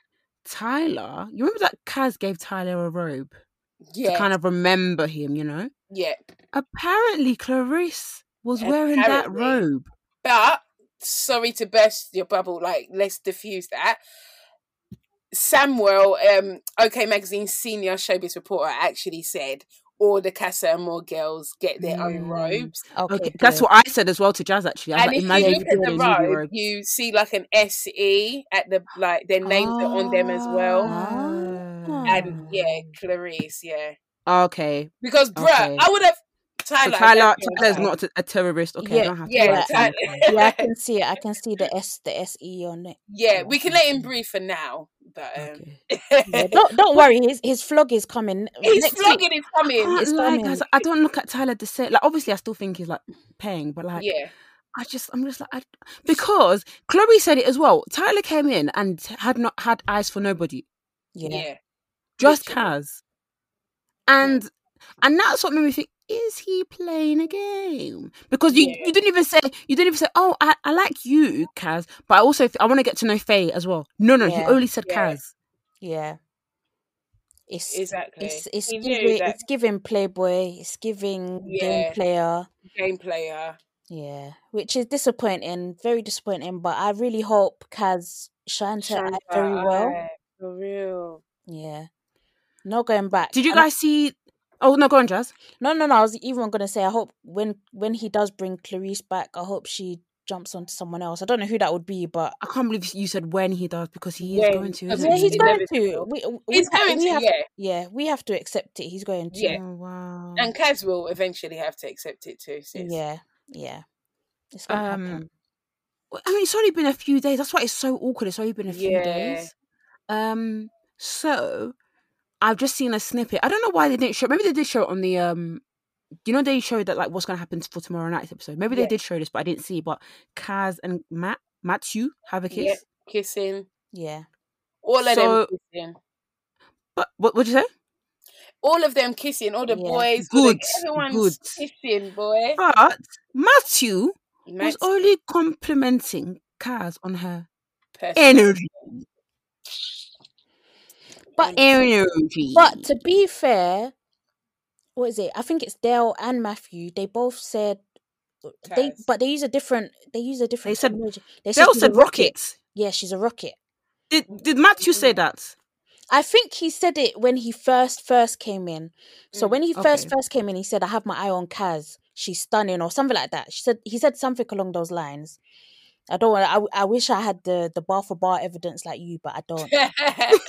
S4: Tyler, you remember that Kaz gave Tyler a robe
S3: yeah,
S4: to kind of remember him, you know?
S3: yeah.
S4: Apparently, Clarisse was wearing that
S3: Apparently.
S4: robe.
S3: But sorry to burst your bubble. Like, let's diffuse that. Samuel, um, OK Magazine senior showbiz reporter, actually said all the Casa and More girls get their own
S4: Mm.
S3: robes.
S2: Okay,
S4: Okay, that's
S2: good.
S4: what I said as well to Jazz. Actually, I was
S3: And
S4: like,
S3: if
S4: imagine
S3: you
S4: if
S3: look
S4: you
S3: at the
S4: did a
S3: robe,
S4: robe.
S3: you see like an SE at the like their names are on them as well.
S4: Ah.
S3: And yeah, Clarice, yeah.
S4: Okay.
S3: Because bruh,
S4: Okay.
S3: I would have
S4: So
S3: Tyler. I
S4: Tyler,
S3: don't know
S4: Tyler's
S3: why.
S4: not a terrorist. Okay,
S2: Yeah,
S4: I don't have to
S3: Yeah,
S4: worry about
S3: Tyler.
S4: it.
S2: yeah, I can see it. I can see the S, the S E on it.
S3: yeah, we can let him breathe for now. But um
S4: Okay.
S2: Yeah, don't don't worry. His his flog is coming
S3: his
S2: next week.
S3: flogging is coming.
S4: I
S2: it's
S4: can't lie,
S2: coming.
S4: guys. I don't look at Tyler the same. Like, obviously, I still think he's like paying, but like,
S3: Yeah.
S4: I just, I'm just like, I, because Chloe said it as well. Tyler came in and had not had eyes for nobody,
S2: Yeah,
S3: Yeah.
S4: just
S3: Literally.
S4: Kaz, and and that's what made me think: Is he playing a game? Because you
S3: Yeah.
S4: you didn't even say you didn't even say, oh, I, I like you, Kaz, but I also I want to get to know Faye as well. No, no, he
S2: Yeah.
S4: only said
S3: Yeah.
S4: Kaz.
S2: yeah. It's
S3: Exactly.
S2: it's it's
S3: He knew
S2: giving
S3: that-
S2: it's giving Playboy. It's giving
S3: Yeah.
S2: game player.
S3: game player.
S2: Yeah, which is disappointing, very disappointing. But I really hope Kaz shines her eye
S3: Shines
S2: very
S3: her
S2: well.
S3: eye, For real.
S2: Yeah, no going back.
S4: Did you
S2: And I-
S4: guys see? Oh no, go on, Jazz.
S2: no, no, no. I was even gonna say I hope when when he does bring Clarice back, I hope she jumps onto someone else. I don't know who that would be, but
S4: I can't believe you said when he does because he is
S3: When,
S4: going to.
S3: because
S4: Isn't
S2: yeah,
S3: it's
S4: he?
S2: he's going to.
S3: inevitable.
S2: We, w- we,
S3: He's
S2: ha-
S3: going
S2: we
S3: to,
S2: have, um
S3: yeah.
S2: yeah, we have to accept it. He's going to.
S3: Yeah.
S4: Oh, wow.
S3: And Kaz will eventually have to accept it too, sis.
S2: yeah, yeah. It's gonna
S4: Um,
S2: happen.
S4: well, I mean, it's only been a few days. That's why it's so awkward. It's only been a few
S3: Yeah.
S4: days. Um, so I've just seen a snippet. I don't know why they didn't show. Maybe they did show it on the um. You know they showed that like what's going to happen for tomorrow night's episode. Maybe
S3: Yeah.
S4: they did show this, but I didn't see. But Kaz and Matt Matthew have a kiss.
S3: Yeah. Kissing.
S2: Yeah,
S3: All of
S4: So-
S3: them kissing.
S4: But what would you say?
S3: All of them kissing. All the
S2: Yeah.
S3: boys. all the-
S4: Good,
S3: everyone's
S4: good.
S3: kissing, boy.
S4: But Matthew was
S3: Matt's
S4: only complimenting Kaz on her
S3: person.
S4: energy.
S2: but
S4: Energy.
S2: But to be fair, what is it? I think it's Dale and Matthew. They both said they,
S3: Kaz.
S2: but they use a different. They use a different.
S4: They said-
S2: terminology. They
S4: they all
S2: she's a
S4: said rocket.
S2: Yeah, she's a rocket.
S4: Did did Matthew say
S3: Mm.
S4: that?
S2: I think he said it when he first first came in. So
S3: Mm,
S2: when he first
S4: okay.
S2: first came in, he said, "I have my eye on Kaz. She's stunning," or something like that. She said he said something along those lines. I don't want. I, I wish I had the the bar for bar evidence like you, but I don't.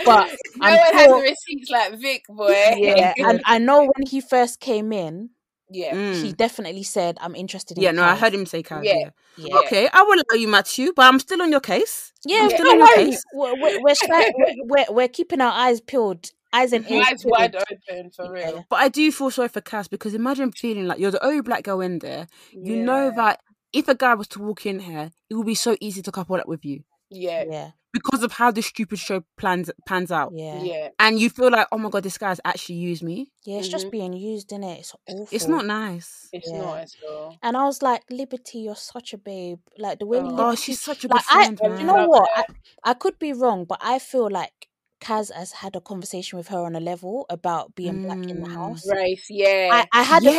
S2: But
S3: no
S2: I'm
S3: one has
S2: sure-
S3: receipts like Vic, boy.
S2: yeah, and I know when he first came in,
S3: yeah.
S4: Mm.
S2: he definitely said, "I'm interested in."
S4: yeah, no, I
S2: cows."
S4: heard him say cows.
S3: Yeah.
S4: Yeah.
S2: Yeah,
S4: Okay, I will allow you, Matthew, but I'm still on your case.
S2: yeah,
S4: I'm
S2: we-
S4: still
S2: don't
S4: on your
S2: worry.
S4: case.
S2: We're, we're, we're, shy- we're- we're- we're keeping our eyes peeled, eyes and ears
S3: Eyes
S2: peeled.
S3: wide open for real.
S4: But I do feel sorry for Cass because imagine feeling like you're the only black girl in there. You know
S3: Yeah.
S4: that if a guy was to walk in here, it would be so easy to couple up with you
S2: Yeah,
S3: Yeah.
S2: yeah,
S4: because of how the stupid show plans pans out.
S2: yeah. yeah.
S3: Yeah.
S4: And you feel like, oh my god, this guy's actually used me.
S2: it's just being used in it. It's awful.
S4: Mm-hmm. It's not nice.
S3: It's
S2: Yeah.
S3: not at all.
S2: And I was like, Liberty, you're such a babe. Like the way
S3: Oh.
S4: Oh,
S2: Liberty
S4: she's such a good
S2: like I,
S4: friend,
S2: you
S4: man.
S2: know
S3: Love
S2: what? I, I could be wrong, but I feel like Kaz has had a conversation with her on a level about being black in the
S4: Mm.
S2: house.
S3: Race, yeah.
S2: I, I had a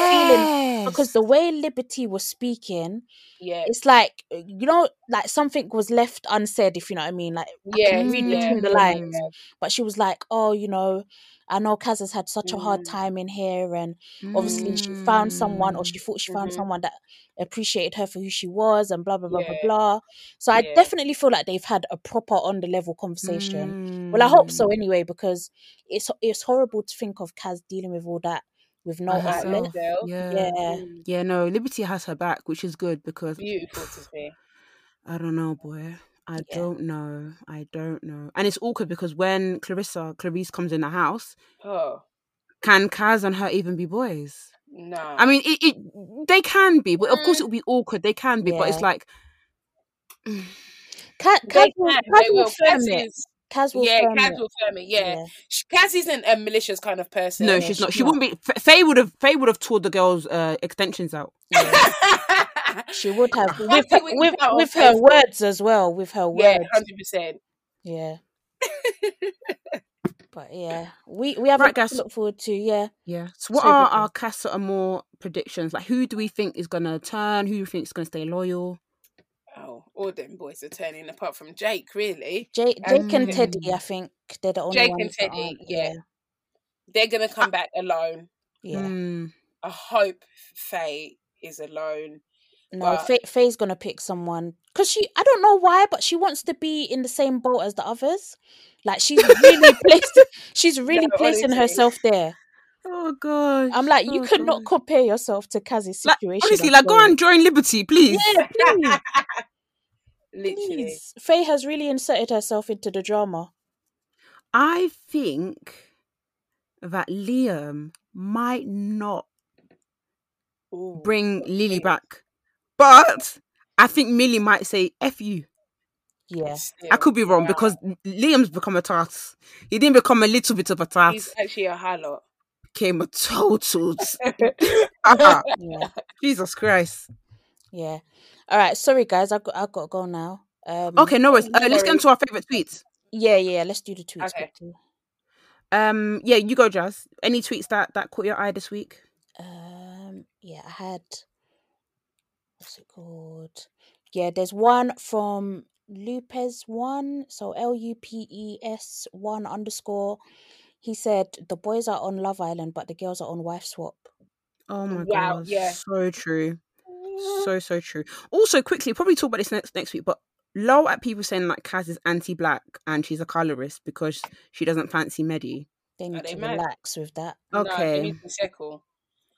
S2: feeling because
S4: Yes.
S2: the way Liberty was speaking,
S3: yeah.
S2: it's like uh, you know, like something was left unsaid. If you know what I mean, like I
S3: Yeah.
S2: can read
S3: Yeah.
S2: between the
S4: Mm.
S2: lines. But she was like, "Oh, you know, I know Kaz has had such a hard
S3: Mm.
S2: time in here, and obviously she found someone
S4: Mm.
S2: or she thought she found
S3: Mhm.
S2: someone that appreciated her for who she was and blah blah blah blah
S3: Yeah.
S2: blah so i
S3: Yeah.
S2: definitely feel like they've had a proper on the level conversation well i hope so
S4: Mm.
S2: anyway because it's it's horrible to think of kaz dealing with all that with no
S4: By
S3: By
S2: outlet
S4: herself.
S3: herself.
S4: Yeah.
S2: yeah
S3: Mm.
S4: Yeah, no, Liberty has her back, which is good because
S3: Beautiful to see.
S4: I don't know, boy. I
S2: yeah
S4: don't know. I don't know. And it's awkward because when Clarissa, Clarice comes in the house,
S3: Oh,
S4: can Kaz and her even be boys?
S3: no.
S2: Oh.
S4: I mean, it, it they can be, but of course it will be awkward. They can be, but it's
S2: Mm. Yeah.
S4: like,
S2: Ka- kaz
S3: they
S2: will,
S3: can,
S2: kaz
S3: they
S2: will
S3: will. Cass
S2: firm it
S3: is,
S2: kaz will
S3: yeah,
S2: firm
S3: Cass
S2: it
S3: will firm it. Yeah,
S2: yeah
S3: Sh- Cass isn't a malicious kind of person.
S4: no,
S2: yeah,
S4: she's not.
S2: she's
S4: She
S2: not
S4: wouldn't be. F- Faye would have. Faye would have tore the girls' uh, extensions out.
S2: yeah she would have with
S3: One
S2: her,
S3: thing we can
S2: with,
S3: count on
S2: with
S3: Faye
S2: her
S3: for-
S2: words as well with her
S3: yeah, um
S2: words
S3: hundred percent.
S2: yeah but yeah we we have a
S4: Right,
S2: lot to
S4: guys.
S2: look forward to yeah
S4: Yeah. So, what
S2: Sorry,
S4: are
S2: go on.
S4: our Casa Amor predictions? Like, who do we think is gonna turn? Who do you think is gonna stay loyal?
S3: Oh, all them boys are turning apart from Jake, really.
S2: Jake,
S3: And
S2: Jake and Teddy,
S4: Mm.
S2: I think they're the only
S3: Jake and
S2: ones that
S3: Teddy,
S2: aren't.
S3: yeah,
S2: Yeah,
S3: they're gonna come back alone.
S2: yeah.
S4: Mm.
S3: I hope Faye is alone,
S2: No,
S3: but
S2: Faye, Faye's gonna pick someone because she. I don't know why, but she wants to be in the same boat as the others. Like she's really placed. She's
S3: no,
S2: really placing
S3: honestly,
S2: herself there.
S4: Oh gosh.
S2: I'm like, you
S4: Oh,
S2: cannot
S4: gosh.
S2: compare yourself to Kaz's
S4: Like
S2: situation.
S4: honestly,
S2: I'm
S4: like go
S2: sorry.
S4: and join Liberty, please.
S2: Yeah, please,
S3: literally,
S2: please. Faye has really inserted herself into the drama.
S4: I think that Liam might not
S3: Ooh,
S4: bring Lily
S3: yeah,
S4: back, but I think Millie might say "f you."
S2: Yeah,
S4: I
S3: still,
S4: could be wrong
S3: wow.
S4: because Liam's become a tart. He didn't become a little bit of a tart.
S3: he's actually a harlot.
S4: Became a total. Ah,
S2: yeah,
S4: Jesus Christ.
S2: yeah. All right, sorry guys, I got I got to go now. Um,
S4: Okay, no worries. Uh, let's
S3: Sorry.
S4: get into our favorite tweets.
S2: yeah, yeah. Let's do the tweets
S3: Okay.
S2: quickly.
S4: Um, yeah, you go, Jazz. Any tweets that that caught your eye this week?
S2: Um, yeah, I had what's it called? Yeah, there's one from Lupez one, so L U P E S one underscore. He said the boys are on Love Island, but the girls are on Wife Swap.
S4: Oh my
S3: Wow,
S4: god,
S3: yeah.
S4: so true. So so true. Also, quickly, probably talk about this next next week, but low at people saying like Kaz is anti-black and she's a colorist because she doesn't fancy Medi.
S2: They
S3: Are
S2: need
S3: they
S2: to
S3: mad?
S2: relax with that.
S3: No, they
S4: Okay,
S3: need to settle.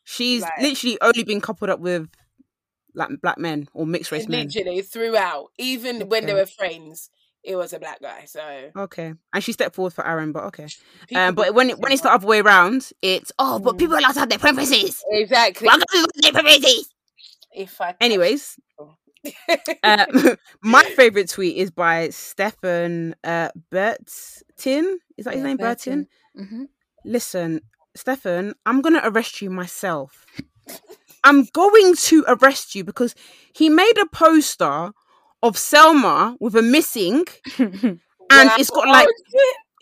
S4: she's
S3: Like
S4: literally only been coupled up with like black men or mixed race men.
S3: literally throughout, even when they
S4: Okay.
S3: were friends, it was a black guy. So
S4: Okay, and she stepped forward for Aaron, but okay.
S3: people
S4: Um, but when it, when it's the other way around, it's oh, but people are allowed to have their preferences.
S3: Mm. exactly.
S4: Why can't we have their preferences?
S3: If I touch
S4: Anyways,
S3: people.
S4: uh, my favorite tweet is by Stefan uh, Burtin. Is that his
S2: Yeah,
S4: name, Burtin?
S2: Burton. Mm-hmm.
S4: Listen, Stefan, I'm gonna arrest you myself. I'm going to arrest you because he made a poster of Selma with a missing, and
S3: Wow.
S4: it's got like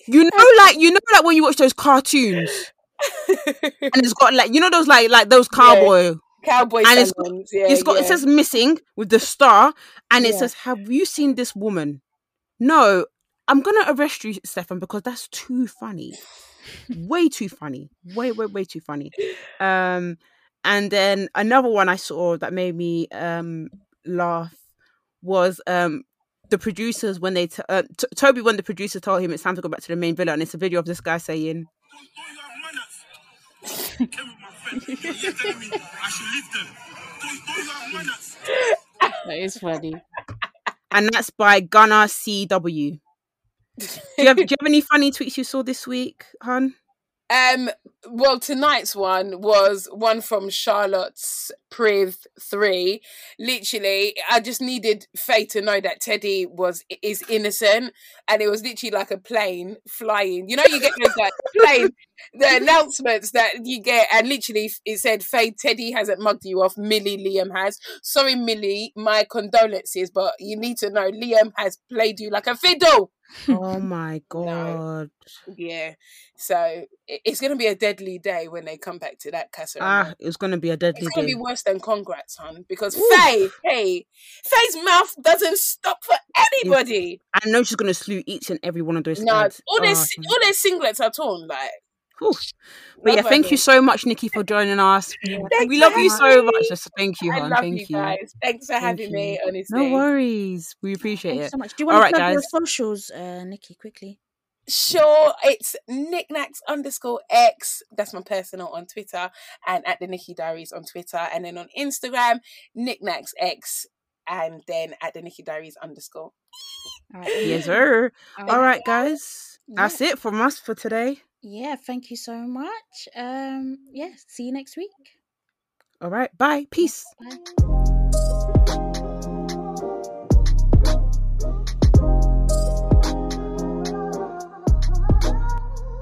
S4: you know, like you know, like when you watch those cartoons, and it's got like you know those like like those cowboy.
S3: cowboy
S4: And it's-
S3: salons. Yeah,
S4: it's got
S3: yeah.
S4: it says missing with the star and it
S2: Yeah.
S4: says have you seen this woman no i'm gonna arrest you stefan because that's too funny way too funny way way way too funny um and then another one i saw that made me um laugh was um the producers when they t- uh, t- Toby when the producer told him it's time to go back to the main villa, and it's a video of this guy saying,
S5: Don't telling me I should leave them. Don't, don't you have manners?
S2: That is funny.
S4: and that's by Gunnar CW. Do you, have, do you have any funny tweets you saw this week, hon?
S3: Um, well, tonight's one was one from Charlotte's Priv three. Literally, I just needed Faye to know that Teddy was is innocent, and it was literally like a plane flying. You know, you get those like plane the announcements that you get, and literally it said, "Faye, Teddy hasn't mugged you off. Millie, Liam has. Sorry, Millie, my condolences, but you need to know Liam has played you like a fiddle."
S4: Oh my god.
S3: Yeah. So i- it's going to be a deadly day when they come back to that castle.
S4: Ah, it was gonna be a deadly
S3: it's going to
S4: day.
S3: be worse than congrats, hon, because
S4: Ooh.
S3: Faye, hey, Faye's mouth doesn't stop for anybody.
S4: I know she's gonna slew each and every one of those.
S3: No,
S4: ads.
S3: all their
S4: Ah,
S3: si- all their singlets are torn. Like,
S4: cool. But yeah,
S3: Love
S4: thank
S3: her.
S4: you so much, Nikki, for joining us.
S3: Thanks
S4: we love
S3: for
S4: you so
S3: having
S4: much.
S3: me.
S4: Just Thank you,
S3: I
S4: hon.
S3: love
S4: Thank
S3: you guys. Thanks for having
S4: you.
S3: me. Honestly,
S4: No worries. We appreciate
S2: Thank you
S4: it.
S2: so much. Do you
S4: All
S2: want to
S4: right,
S2: plug
S4: guys.
S2: your socials, uh, Nikki, quickly?
S3: Sure, it's knickknacks underscore X. That's my personal on Twitter and at the Nikki Diaries on Twitter. And then on Instagram, knickknacks X and then at the Nikki Diaries underscore.
S2: All right.
S4: Yes, sir. All right,
S2: guys.
S4: guys. That's it from us for today.
S2: Yeah, thank you so much. Um, yeah, see you next week.
S4: All right. Bye. Peace.
S2: Bye.